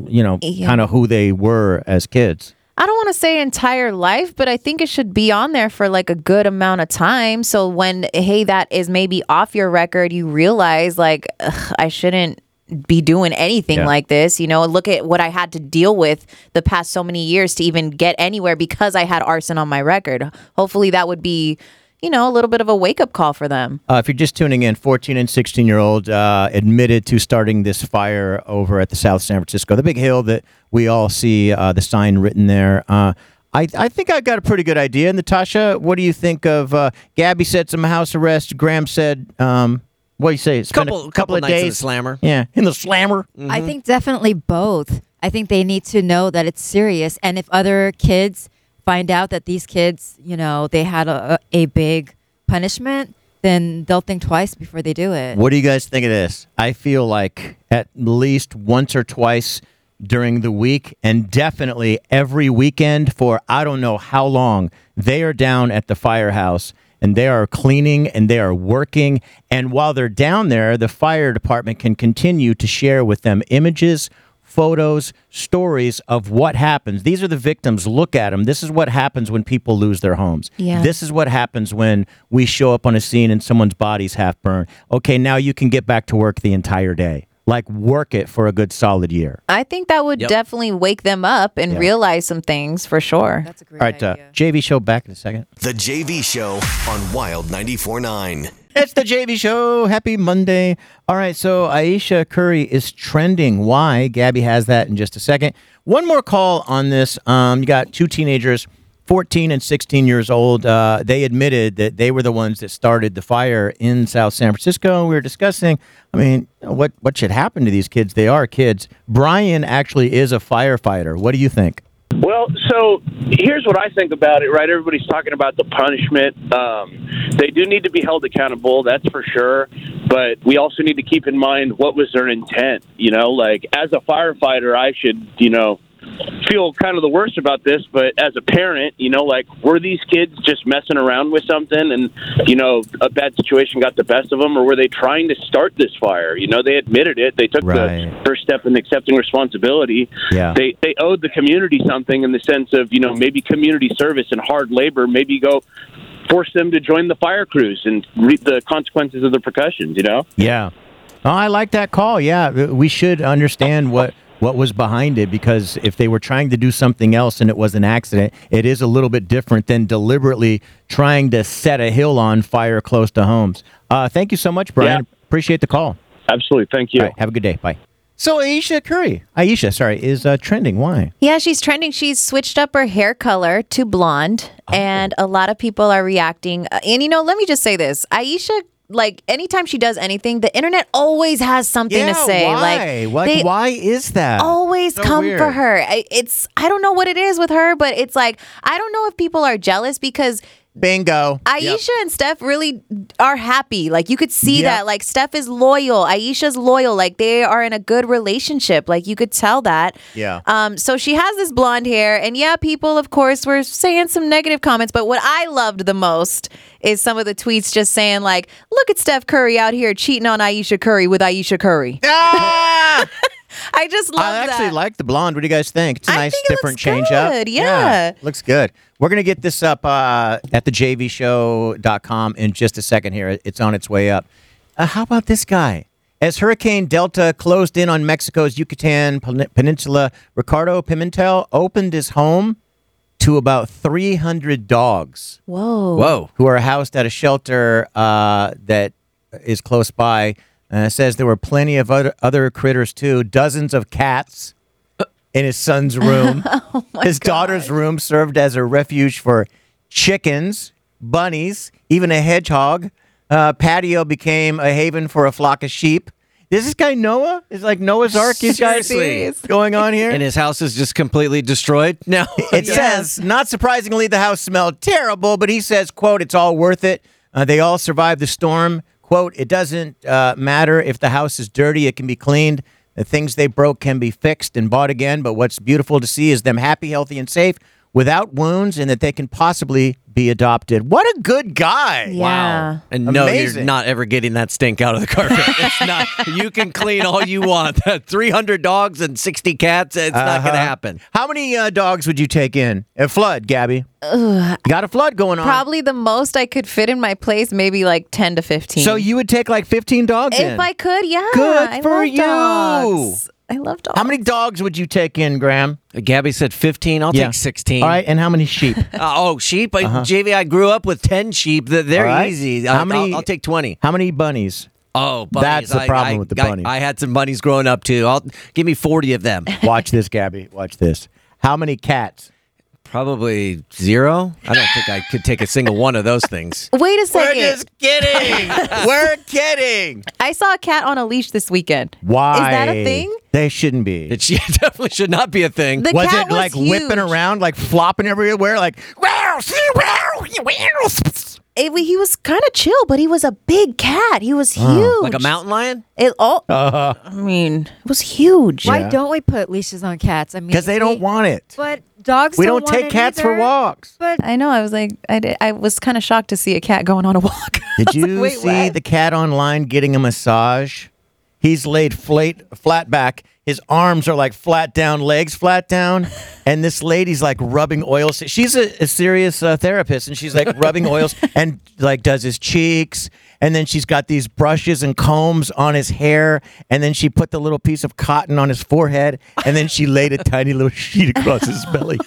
you know, Yeah. kind of who they were as kids? I don't want to say entire life, but I think it should be on there for like a good amount of time. So when, hey, that is maybe off your record, you realize like, ugh, I shouldn't be doing anything Yeah. like this. You know, look at what I had to deal with the past so many years to even get anywhere because I had arson on my record. Hopefully that would be, you know, a little bit of a wake up call for them. Uh, if you're just tuning in, 14 and 16 year old uh, admitted to starting this fire over at the South San Francisco, the big hill that we all see uh, the sign written there. Uh, I, I think I got a pretty good idea. Natasha, what do you think of? Uh, Gabby said some house arrest. Graham said, um, what do you say? Spend Couple- a couple, couple of nights in days. the slammer. Yeah, in the slammer. I think definitely both. I think they need to know that it's serious, and if other kids find out that these kids, you know, they had a, a big punishment, then they'll think twice before they do it. What do you guys think of this? I feel like at least once or twice during the week and definitely every weekend for I don't know how long, they are down at the firehouse and they are cleaning and they are working. And while they're down there, the fire department can continue to share with them images, photos, stories of what happens. These are the victims. Look at them. This is what happens when people lose their homes. Yeah. This this is what happens when we show up on a scene and someone's body's half burned. Okay, now you can get back to work the entire day. Like work it for a good solid year. I think that would Yep. definitely wake them up and Yeah. realize some things for sure. That's a All right, uh, JV show back in a second. The JV Show on Wild 94.9. It's the JV show. Happy Monday. All right, so Aisha Curry is trending. Why? Gabby has that in just a second. One more call on this. Um, you got two teenagers, 14 and 16 years old. Uh, they admitted that they were the ones that started the fire in South San Francisco. We were discussing, I mean, what, what should happen to these kids? They are kids. Brian actually is a firefighter. What do you think? Well, so here's what I think about it, right? Everybody's talking about the punishment. Um, they do need to be held accountable, that's for sure. But we also need to keep in mind what was their intent. You know, like as a firefighter, I should, you know, feel kind of the worst about this, but as a parent, you know, like were these kids just messing around with something, and you know, a bad situation got the best of them, or were they trying to start this fire? You know, they admitted it. They took Right. the first step in accepting responsibility. Yeah. They they owed the community something in the sense of you know maybe community service and hard labor. Maybe go force them to join the fire crews and reap the consequences of the percussions. You know. Yeah. Oh, I like that call. Yeah, we should understand what what was behind it because if they were trying to do something else and it was an accident, it is a little bit different than deliberately trying to set a hill on fire close to homes. Uh, thank you so much, Brian. Appreciate the call. Absolutely. Thank you. have a good day. Bye. So Aisha Curry, Aisha, sorry, is uh, trending. Why? Yeah, she's trending. She's switched up her hair color to blonde, Oh. and a lot of people are reacting. Uh, And you know, let me just say this Aisha, like, anytime she does anything, the internet always has something to say. why? Like, Like, they Oh, why is that? Always So come for weird. her. I, it's I don't know what it is with her, but it's like I don't know if people are jealous because Bingo. Aisha and Steph really are happy. Like you could see Yep. that. Like Steph is loyal. Aisha's loyal. Like they are in a good relationship. Like you could tell that. Yeah. Um, so she has this blonde hair, and yeah, people, of course, were saying some negative comments. But what I loved the most is some of the tweets just saying, like, "Look at Steph Curry out here cheating on Aisha Curry with Aisha Curry." I just Ah! love I actually that. like the blonde. What do you guys think? It's a nice, different change up. good, yeah. looks good. We're gonna get this up uh, at thejvshow.com in just a second. Here, it's on its way up. Uh, how about this guy? As Hurricane Delta closed in on Mexico's Yucatan pen- Peninsula, Ricardo Pimentel opened his home to about 300 dogs. Whoa. Who are housed at a shelter uh, that is close by. Uh, it says there were plenty of other, other critters too, dozens of cats in his son's room. his daughter's room served as a refuge for chickens, bunnies, even a hedgehog. Uh, patio became a haven for a flock of sheep. Is this guy Noah? Is like Noah's Ark? You guys see Seriously. going on here? And his house is just completely destroyed now. It says, not surprisingly, the house smelled terrible, but he says, quote, it's all worth it. Uh, they all survived the storm. Quote, it doesn't uh, matter if the house is dirty, it can be cleaned. The things they broke can be fixed and bought again. But what's beautiful to see is them happy, healthy, and safe without wounds and that they can possibly be adopted. What a good guy. Yeah. And no, you're Amazing. not ever getting that stink out of the carpet. It's not. You can clean all you want. 300 dogs and 60 cats. It's not going to Uh-huh. happen. How many uh, dogs would you take in? A flood, Gabby. Ugh. You got a flood going on. Probably the most I could fit in my place, maybe like ten to fifteen. So you would take like 15 dogs in? if I could, yeah. Good I for love you. dogs. I love dogs. How many dogs would you take in, Graham? Gabby said 15. I'll Yeah. take 16. All right, and how many sheep? Uh, oh, sheep. I, Uh-huh. JV, I grew up with 10 sheep. Th- They're All right. easy. How I'll, many- I'll, I'll take 20. How many bunnies? Oh, bunnies. That's the I- problem I- with the I- bunnies. I, had some bunnies growing up too. I'll give me 40 of them. Watch this, Gabby. Watch this. How many cats? Probably zero. I don't think I could take a single one of those things. Wait a second. kidding. We're kidding. I saw a cat on a leash this weekend. Why? Is that a thing? They shouldn't be. It sh- definitely should not be a thing. The was cat it was like huge. whipping around, like flopping everywhere, like wow, see, wow, wow. It, he was kind of chill, but he was a big cat. He was huge. like a mountain lion? It all. Uh, I mean, it was huge. Why don't we put leashes on cats? I mean, Because they don't we- want it. But dogs. We don't, don't take want it cats for either. walks. But I know. I was like, I, did, I was kind of shocked to see a cat going on a walk. I Did was like, you "Wait, see what?" the cat online getting a massage? He's laid flat, flat back. His arms are like flat down, legs flat down, and this lady's like rubbing oils. She's a, a serious uh, therapist, and she's like rubbing oils and like does his cheeks, and then she's got these brushes and combs on his hair, and then she put the little piece of cotton on his forehead, and then she laid a tiny little sheet across his belly.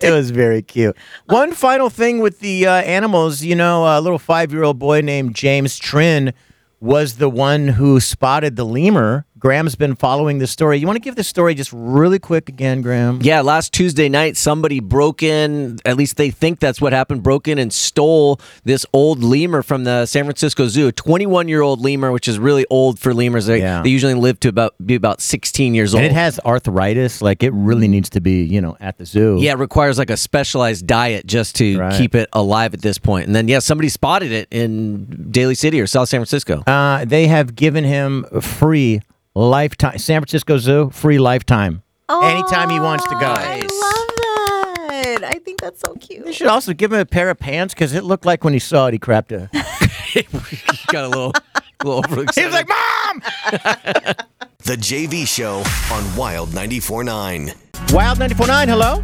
It was very cute. One final thing with the uh, animals, you know, a little five-year-old boy named James Trin was the one who spotted the lemur. Graham's been following this story. You want to give the story just really quick again, Graham? Yeah, last Tuesday night, somebody broke in, at least they think that's what happened, broke in and stole this old lemur from the San Francisco Zoo, a 21 year old lemur, which is really old for lemurs. They, Yeah. they usually live to about be about 16 years old. And it has arthritis. Like it really needs to be, you know, at the zoo. Yeah, it requires like a specialized diet just to Right. keep it alive at this point. And then, yeah, somebody spotted it in Daly City or South San Francisco. Uh, they have given him free lifetime. San Francisco Zoo free lifetime anytime he wants to go. Love that. I think that's so cute. You should also give him a pair of pants because it looked like when he saw it, he crapped a. he got a little, little overexcited. He was like, "Mom!" The JV Show on Wild 94.9. Wild 94.9, hello?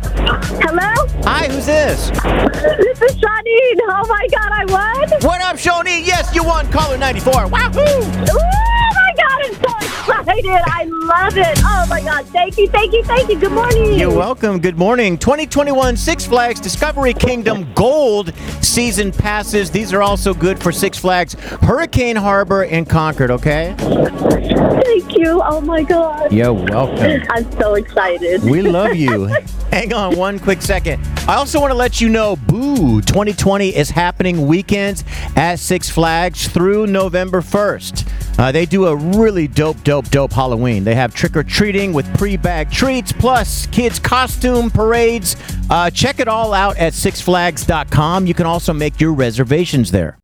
Hello? Hi, who's this? This is Shawneen. Oh my god, I won! What up, Shawnee? Yes, you won caller 94. Wahoo! Oh my god, I'm so excited! I love it! Oh my god, thank you, thank you, thank you. Good morning. You're welcome. Good morning. 2021 Six Flags Discovery Kingdom Gold season passes. These are also good for Six Flags Hurricane Harbor in Concord, okay? Thank you. Oh my god. You're welcome. I'm so excited. We love you. Hang on one quick second. I also want to let you know Boo 2020 is happening weekends at Six Flags through November 1st. Uh, they do a really dope, dope, dope Halloween. They have trick or treating with pre bag treats, plus kids' costume parades. Uh, check it all out at sixflags.com. You can also make your reservations there.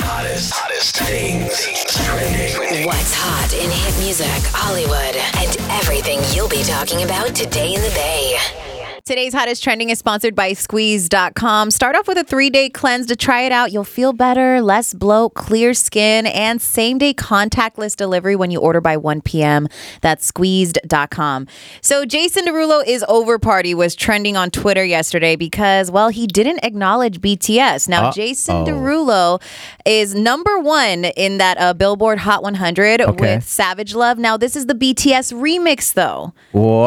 Hottest, hottest things, trending. What's hot in hit music, Hollywood, and everything you'll be talking about today in the Bay. Today's hottest trending is sponsored by squeeze.com. Start off with a three day cleanse to try it out. You'll feel better, less bloat, clear skin, and same day contactless delivery when you order by 1 p.m. That's squeezed.com. So, Jason Derulo is over party was trending on Twitter yesterday because, well, he didn't acknowledge BTS. Now, Uh-oh. Jason Derulo is number one in that uh, Billboard Hot 100 Okay. with Savage Love. Now, this is the BTS remix, though.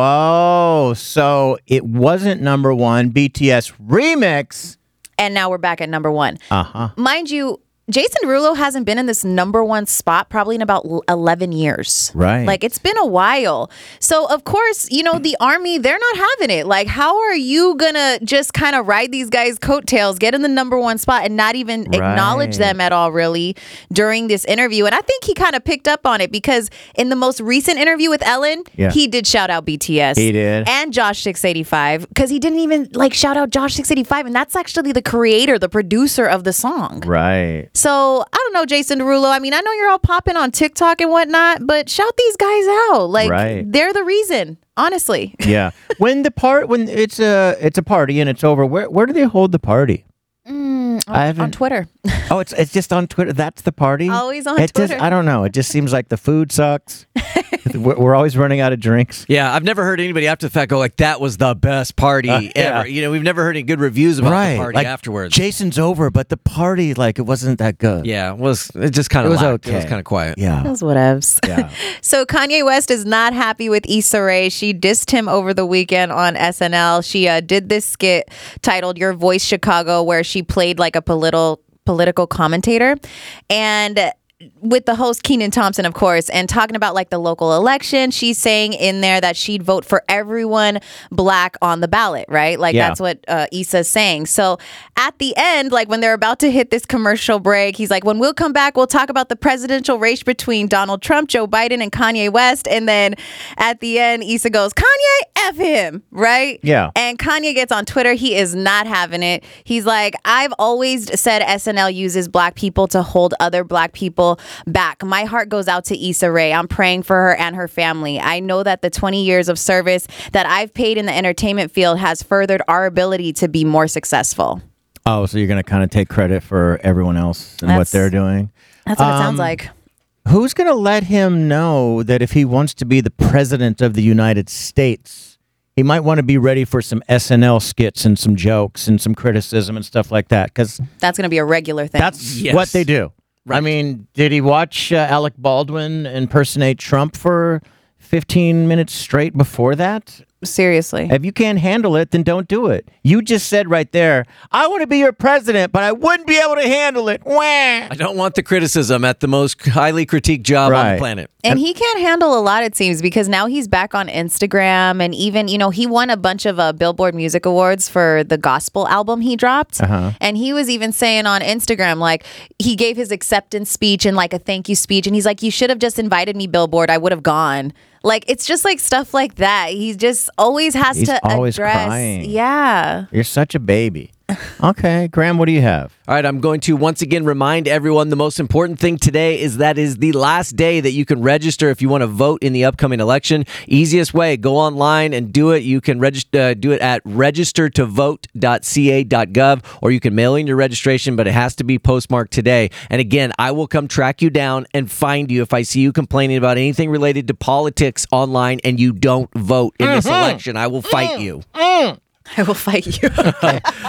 Whoa. So it wasn't number one, BTS remix. And now we're back at number one. Uh Uh-huh. huh. mind you, Jason Rulo hasn't been in this number one spot probably in about l- 11 years. Right. Like it's been a while. So, of course, you know, the army, they're not having it. Like, how are you going to just kind of ride these guys' coattails, get in the number one spot, and not even acknowledge Right. them? them at all really during this interview and i think he kind of picked up on it because in the most recent interview with ellen Yeah. he did shout out bts He did. and josh 685 because he didn't even like shout out josh 685 and that's actually the creator the producer of the song Right. so i don't know jason derulo i mean i know you're all popping on tiktok and whatnot but shout these guys out like Right. they're the reason honestly Yeah. when the part when it's a it's a party and it's over, where where do they hold the party? Mm, I on, on haven't- twitter Oh, it's it's just on Twitter. That's the party. Always on It just- Twitter. I don't know. It just seems like the food sucks. we're, we're always running out of drinks. Yeah, I've never heard anybody after the fact go like, "That was the best party Uh, yeah. ever." You know, we've never heard any good reviews about right. the party like, afterwards. Jason's over, but the party like it wasn't that good. yeah, it was it just kind It of was lacked. It was okay. kind of quiet. Yeah. That's whatevs. Yeah. So Kanye West is not happy with Issa Rae. She dissed him over the weekend on SNL. She uh, did this skit titled "Your Voice Chicago," where she played like a political political commentator, and with the host Keenan Thompson, of course, and talking about like the local election. She's saying in there that she'd vote for everyone black on the ballot, right? Like Yeah. that's what uh, Issa's saying. So at the end, like when they're about to hit this commercial break, he's like, when we'll come back, we'll talk about the presidential race between Donald Trump, Joe Biden, and Kanye West. And then at the end, Issa goes, Kanye, F him, right? Yeah. And Kanye gets on Twitter. He is not having it. He's like, I've always said SNL uses black people to hold other black people back. My heart goes out to Issa Rae. I'm praying for her and her family. I know that the 20 years of service that I've paid in the entertainment field has furthered our ability to be more successful. Oh, so you're gonna kind of take credit for everyone else and what That's- they're doing. That's what it Um, sounds like. Who's going to let him know that if he wants to be the president of the United States, he might want to be ready for some SNL skits and some jokes and some criticism and stuff like that? Because That's going to be a regular thing. that's what they do. I mean, did he watch uh, Alec Baldwin impersonate Trump for 15 minutes straight before that? Seriously. If you can't handle it, then don't do it. You just said right there, I want to be your president, but I wouldn't be able to handle it. Wah. I don't want the criticism at the most highly critiqued job on Right. the planet. And he can't handle a lot, it seems, because now he's back on Instagram. And even, you know, he won a bunch of uh, Billboard Music Awards for the gospel album he dropped. Uh-huh. And he was even saying on Instagram, like, he gave his acceptance speech and like a thank you speech. And he's like, You should have just invited me, Billboard. I would have gone. Like, it's just like stuff like that. He just always has He's to always address. crying. Yeah. You're such a baby. Okay, Graham, what do you have? All right, I'm going to once again remind everyone the most important thing today is that is the last day that you can register if you want to vote in the upcoming election. Easiest way, go online and do it. You can register uh, do it at registertovote.ca.gov or you can mail in your registration, but it has to be postmarked today. And again, I will come track you down and find you if I see you complaining about anything related to politics online and you don't vote in this Mhm. election. I will fight you. I will fight you.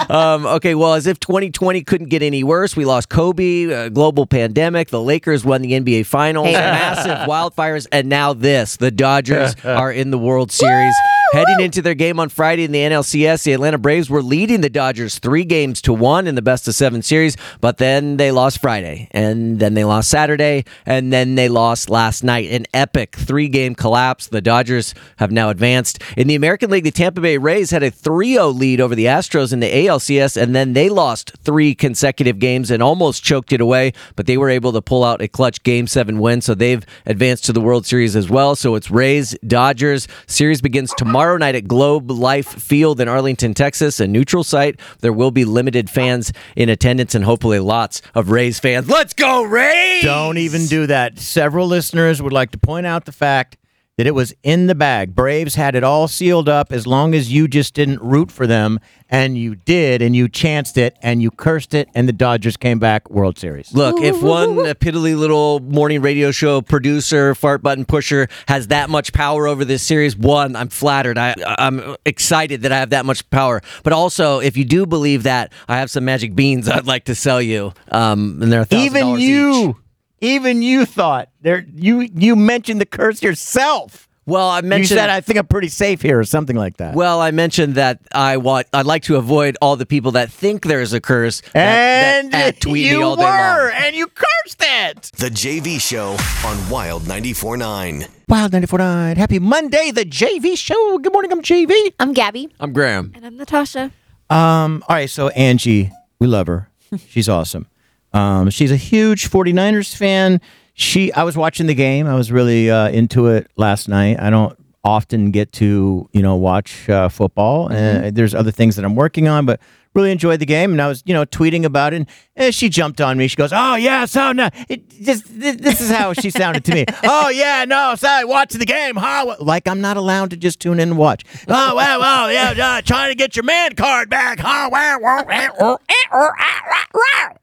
um, okay, well, as if 2020 couldn't get any worse, we lost Kobe, uh, global pandemic, the Lakers won the NBA Finals, Hey. massive wildfires, and now this. The Dodgers are in the World Series. Heading into their game on Friday in the NLCS, the Atlanta Braves were leading the Dodgers three games to one in the best of seven series, but then they lost Friday, and then they lost Saturday, and then they lost last night. An epic three game collapse. The Dodgers have now advanced. In the American League, the Tampa Bay Rays had a 3 0 lead over the Astros in the ALCS, and then they lost three consecutive games and almost choked it away, but they were able to pull out a clutch Game 7 win, so they've advanced to the World Series as well. So it's Rays, Dodgers. Series begins tomorrow night at Globe Life Field in Arlington, Texas, a neutral site. There will be limited fans in attendance and hopefully lots of Rays fans. Let's go, Rays! Don't even do that. Several listeners would like to point out the fact that it was in the bag. Braves had it all sealed up as long as you just didn't root for them, and you did, and you chanced it, and you cursed it, and the Dodgers came back World Series. Look, if one uh, piddly little morning radio show producer, fart button pusher, has that much power over this series, one, I'm flattered. I, I'm excited that I have that much power. But also, if you do believe that, I have some magic beans I'd like to sell you. Um, and they're $1,000 even each. you, even you thought there. You you mentioned the curse yourself. Well, I You mentioned- said I think I'm pretty safe here, or something like that. Well, I mentioned that I want. I'd like to avoid all the people that think there is a curse that- that, And at tweet me you all day were. long. and you cursed it. The JV Show on Wild 94.9. Wild 949. Happy Monday, the JV show. Good morning, I'm JV. I'm Gabby. I'm Graham. And I'm Natasha. Um, all right, so Angie, we love her. She's awesome. Um, she's a huge 49ers fan. She I was watching the game. I was really uh, into it last night. I don't often get to, you know, watch uh, football. Uh, there's other things that I'm working on, but really enjoyed the game and I was, you know, tweeting about it and eh, she jumped on me. She goes, "Oh yeah, so no. It just thi- this is how she sounded to me. Oh yeah, no, so I watched the game, huh? Like I'm not allowed to just tune in and watch. Oh wow, wow, yeah, yeah, trying to get your man card back, huh? Wow, wow, wow, wow, wow, wow, wow.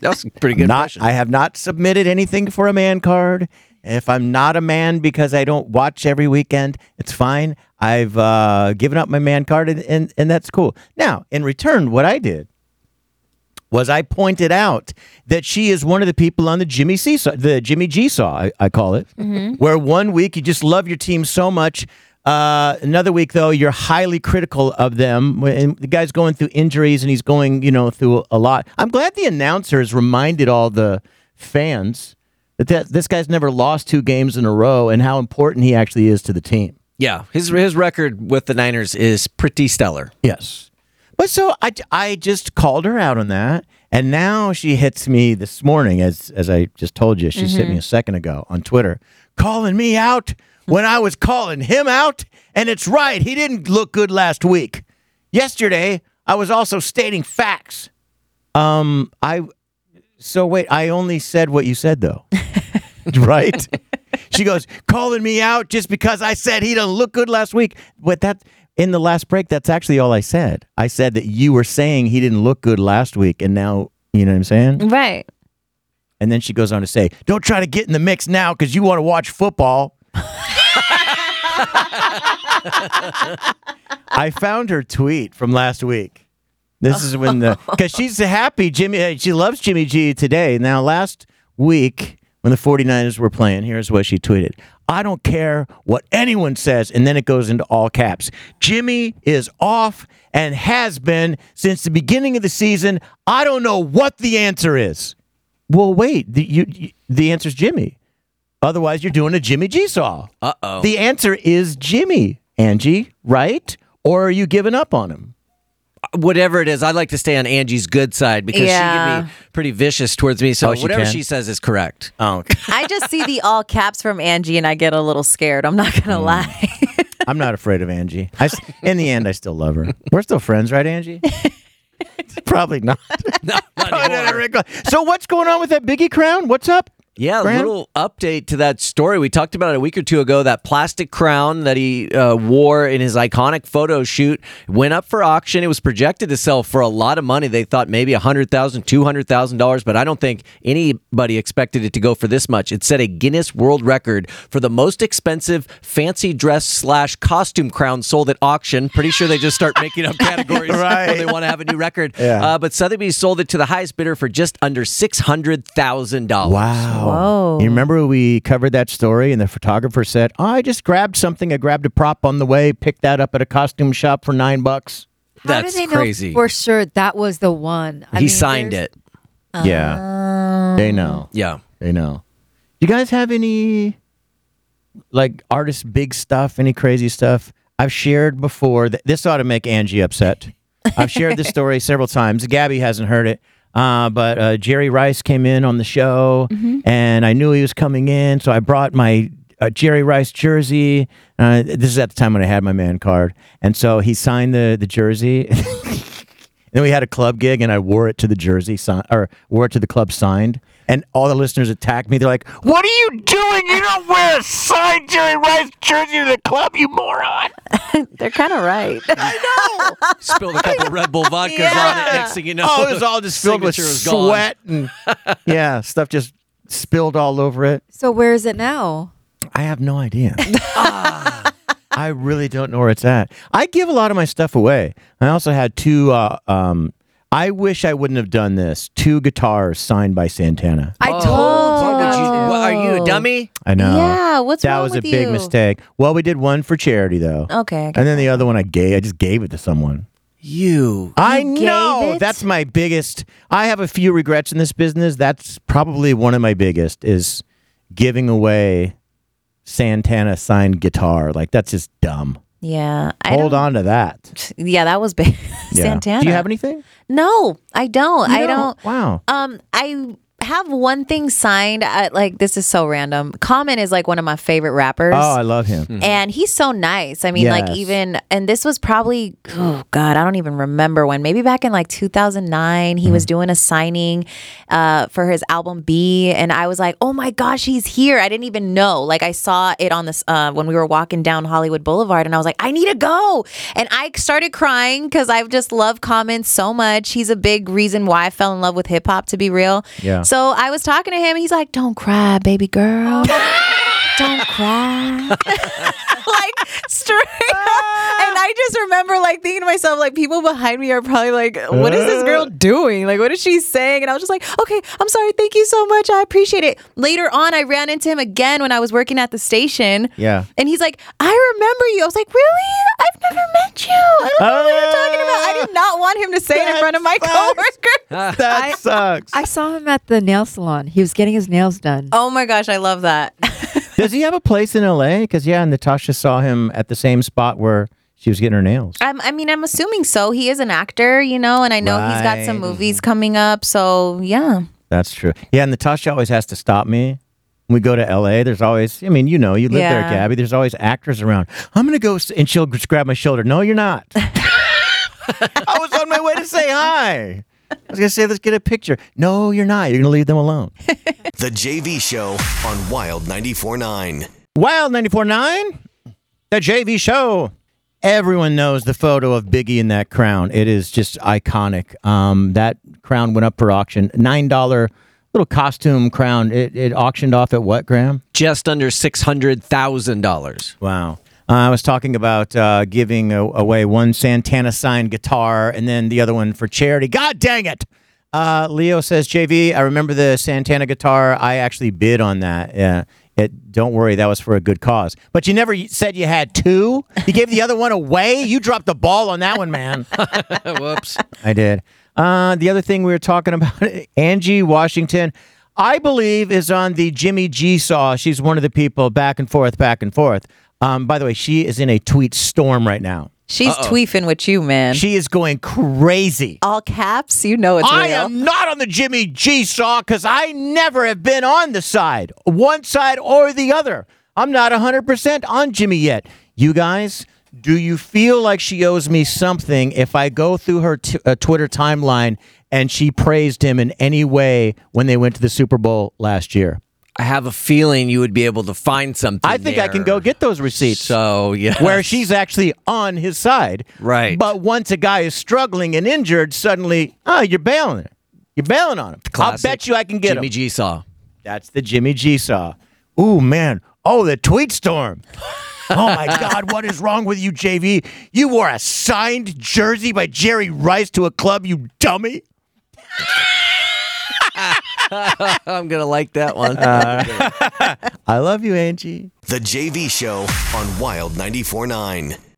That's pretty good. Not, I have not submitted anything for a man card. If I'm not a man because I don't watch every weekend, it's fine. I've uh, given up my man card, and, and, and that's cool. Now, in return, what I did was I pointed out that she is one of the people on the Jimmy C saw, the Jimmy G saw, I, I call it, where one week you just love your team so much. Uh, another week though, you're highly critical of them. And the guy's going through injuries and he's going, you know, through a lot. I'm glad the announcer has reminded all the fans that, that this guy's never lost two games in a row and how important he actually is to the team. Yeah, his his record with the Niners is pretty stellar. Yes. But so I, I just called her out on that. And now she hits me this morning, as, as I just told you, she hit me a second ago on Twitter, calling me out when I was calling him out. And it's right, he didn't look good last week. Yesterday, I was also stating facts. Um, I, so wait, I only said what you said though, right? She goes calling me out just because I said he doesn't look good last week. But that in the last break, that's actually all I said. I said that you were saying he didn't look good last week, and now you know what I'm saying. Right. And then she goes on to say, "Don't try to get in the mix now because you want to watch football." I found her tweet from last week. This is when the because she's happy Jimmy. uh, She loves Jimmy G today. Now last week when the 49ers were playing, here's what she tweeted. I don't care what anyone says. And then it goes into all caps. Jimmy is off and has been since the beginning of the season. I don't know what the answer is. Well, wait. The, you, you, the answer's Jimmy. Otherwise, you're doing a Jimmy G saw. Uh oh. The answer is Jimmy, Angie, right? Or are you giving up on him? whatever it is, I like to stay on Angie's good side because she Yeah. can be pretty vicious towards me. So Oh, she whatever can? she says is correct. Oh, I just see the all caps from Angie and I get a little scared. I'm not Mm. going to lie. I'm not afraid of Angie. I s in the end, I still love her. We're still friends, right, Angie? Probably not. Probably not a wrinkle. so what's going on with that Biggie crown? What's up? Yeah, a Graham? little update to that story. We talked about it a week or two ago. That plastic crown that he uh, wore in his iconic photo shoot went up for auction. It was projected to sell for a lot of money. They thought maybe $100,000, $200,000, but I don't think anybody expected it to go for this much. It set a Guinness World Record for the most expensive fancy dress slash costume crown sold at auction. Pretty sure they just start making up categories when they want to have a new record. Yeah. Uh, but Sotheby's sold it to the highest bidder for just under $600,000. Wow. You remember we covered that story and the photographer said, oh, I just grabbed something. I grabbed a prop on the way, picked that up at a costume shop for nine bucks. How do they know for sure that was the one? he signed it. yeah. They know. Yeah. They know. You guys have any like artist big stuff, any crazy stuff? I've shared before. Th- this ought to make Angie upset. I've shared this story several times. Gabby hasn't heard it. Uh, but uh, Jerry Rice came in on the show, and I knew he was coming in, so I brought my uh, Jerry Rice jersey. Uh, this is at the time when I had my man card, and so he signed the the jersey. And then we had a club gig, and I wore it to the jersey sign, or wore it to the club signed. And all the listeners attacked me. They're like, "What are you doing? You don't wear a signed Jerry Rice jersey to the club, you moron!" They're kind of right. I know. Spilled a couple Red Bull vodkas on it. Next thing you know, oh, it was all just filled with signature was gone. sweat and yeah, stuff just spilled all over it. So where is it now? I have no idea. Ah. I really don't know where it's at. I give a lot of my stuff away. I also had two. Uh, um, I wish I wouldn't have done this. Two guitars signed by Santana. I Oh, told you. What, are you a dummy? I know. Yeah, what's that wrong was with a big you? mistake. Well, we did one for charity though. Okay, I And get then the other one I gave. I just gave it to someone. You. I You gave know. it? That's my biggest. I have a few regrets in this business. That's probably one of my biggest is giving away Santana signed guitar. Like that's just dumb. Yeah. I Hold don't- on to that. Yeah, that was big. Yeah. Santana. Do you have anything? No, I don't. You I don't? don't. Wow. Um, I have one thing signed. I, like this is so random. Common is like one of my favorite rappers. Oh, I love him. and he's so nice. I mean, like Yes. even and this was probably oh god, I don't even remember when. Maybe back in like 2009, he was doing a signing uh, for his album B, and I was like, oh my gosh, he's here! I didn't even know. Like I saw it on this uh, when we were walking down Hollywood Boulevard, and I was like, I need to go, and I started crying because I just love Common so much. He's a big reason why I fell in love with hip hop. To be real, Yeah. So I was talking to him. He's like, don't cry, baby girl. Don't cry. like straight up. And I just remember like thinking to myself, like people behind me are probably like, what is this girl doing? Like, what is she saying? And I was just like, okay, I'm sorry. Thank you so much. I appreciate it. Later on, I ran into him again when I was working at the station. Yeah. And he's like, I remember you. I was like, really? I've never met you. I don't know what you're talking about. I did not want him to say it in front of my coworkers. That sucks. I saw him at the nail salon. He was getting his nails done. Oh my gosh, I love that. Does he have a place in LA? Because yeah, Natasha saw him at the same spot where she was getting her nails. I'm, I mean, I'm assuming so. He is an actor, you know, and I know he's got some Right. movies coming up. So yeah, That's true. Yeah, and Natasha always has to stop me. When we go to LA, there's always, I mean, you know, you live there, Yeah. Gabby. There's always actors around. I'm going to go, s- and she'll just grab my shoulder. No, you're not. I was on my way to say hi. I was going to say, let's get a picture. No, you're not. You're going to leave them alone. The JV Show on Wild 94.9. Wild 94.9, the JV show. Everyone knows the photo of Biggie in that crown. It is just iconic. Um, that crown went up for auction. $9 little costume crown. It, it auctioned off at what, Graham? Just under $600,000. Wow. Uh, I was talking about uh, giving a- away one Santana signed guitar and then the other one for charity. God dang it! Uh, Leo says, JV, I remember the Santana guitar. I actually bid on that. Yeah. It, don't worry, that was for a good cause. But you never said you had two. You gave the other one away. You dropped the ball on that one, man. Whoops. I did. Uh, the other thing we were talking about, Angie Washington, I believe is on the Jimmy G Saw. She's one of the people back and forth, back and forth. Um, by the way, she is in a tweet storm right now. she's tweefing with you, man. She is going crazy. All caps, you know it's I real. am not on the Jimmy G Saw because I never have been on the side, one side or the other. I'm not 100% on Jimmy yet. You guys, Do you feel like she owes me something if I go through her t- uh, Twitter timeline and she praised him in any way when they went to the Super Bowl last year? I have a feeling you would be able to find something. I think I can go get those receipts. uh, So yeah, where she's actually on his side. Right. But once a guy is struggling and injured, suddenly, oh, you're bailing her. You're bailing on him. Classic I'll bet you I can get Jimmy him. G saw. That's the Jimmy G saw. Ooh man. Oh, the tweet storm. oh my God, what is wrong with you, JV? You wore a signed jersey by Jerry Rice to a club, you dummy. I'm gonna like that one. I love you, Angie. The JV Show on Wild 94.9.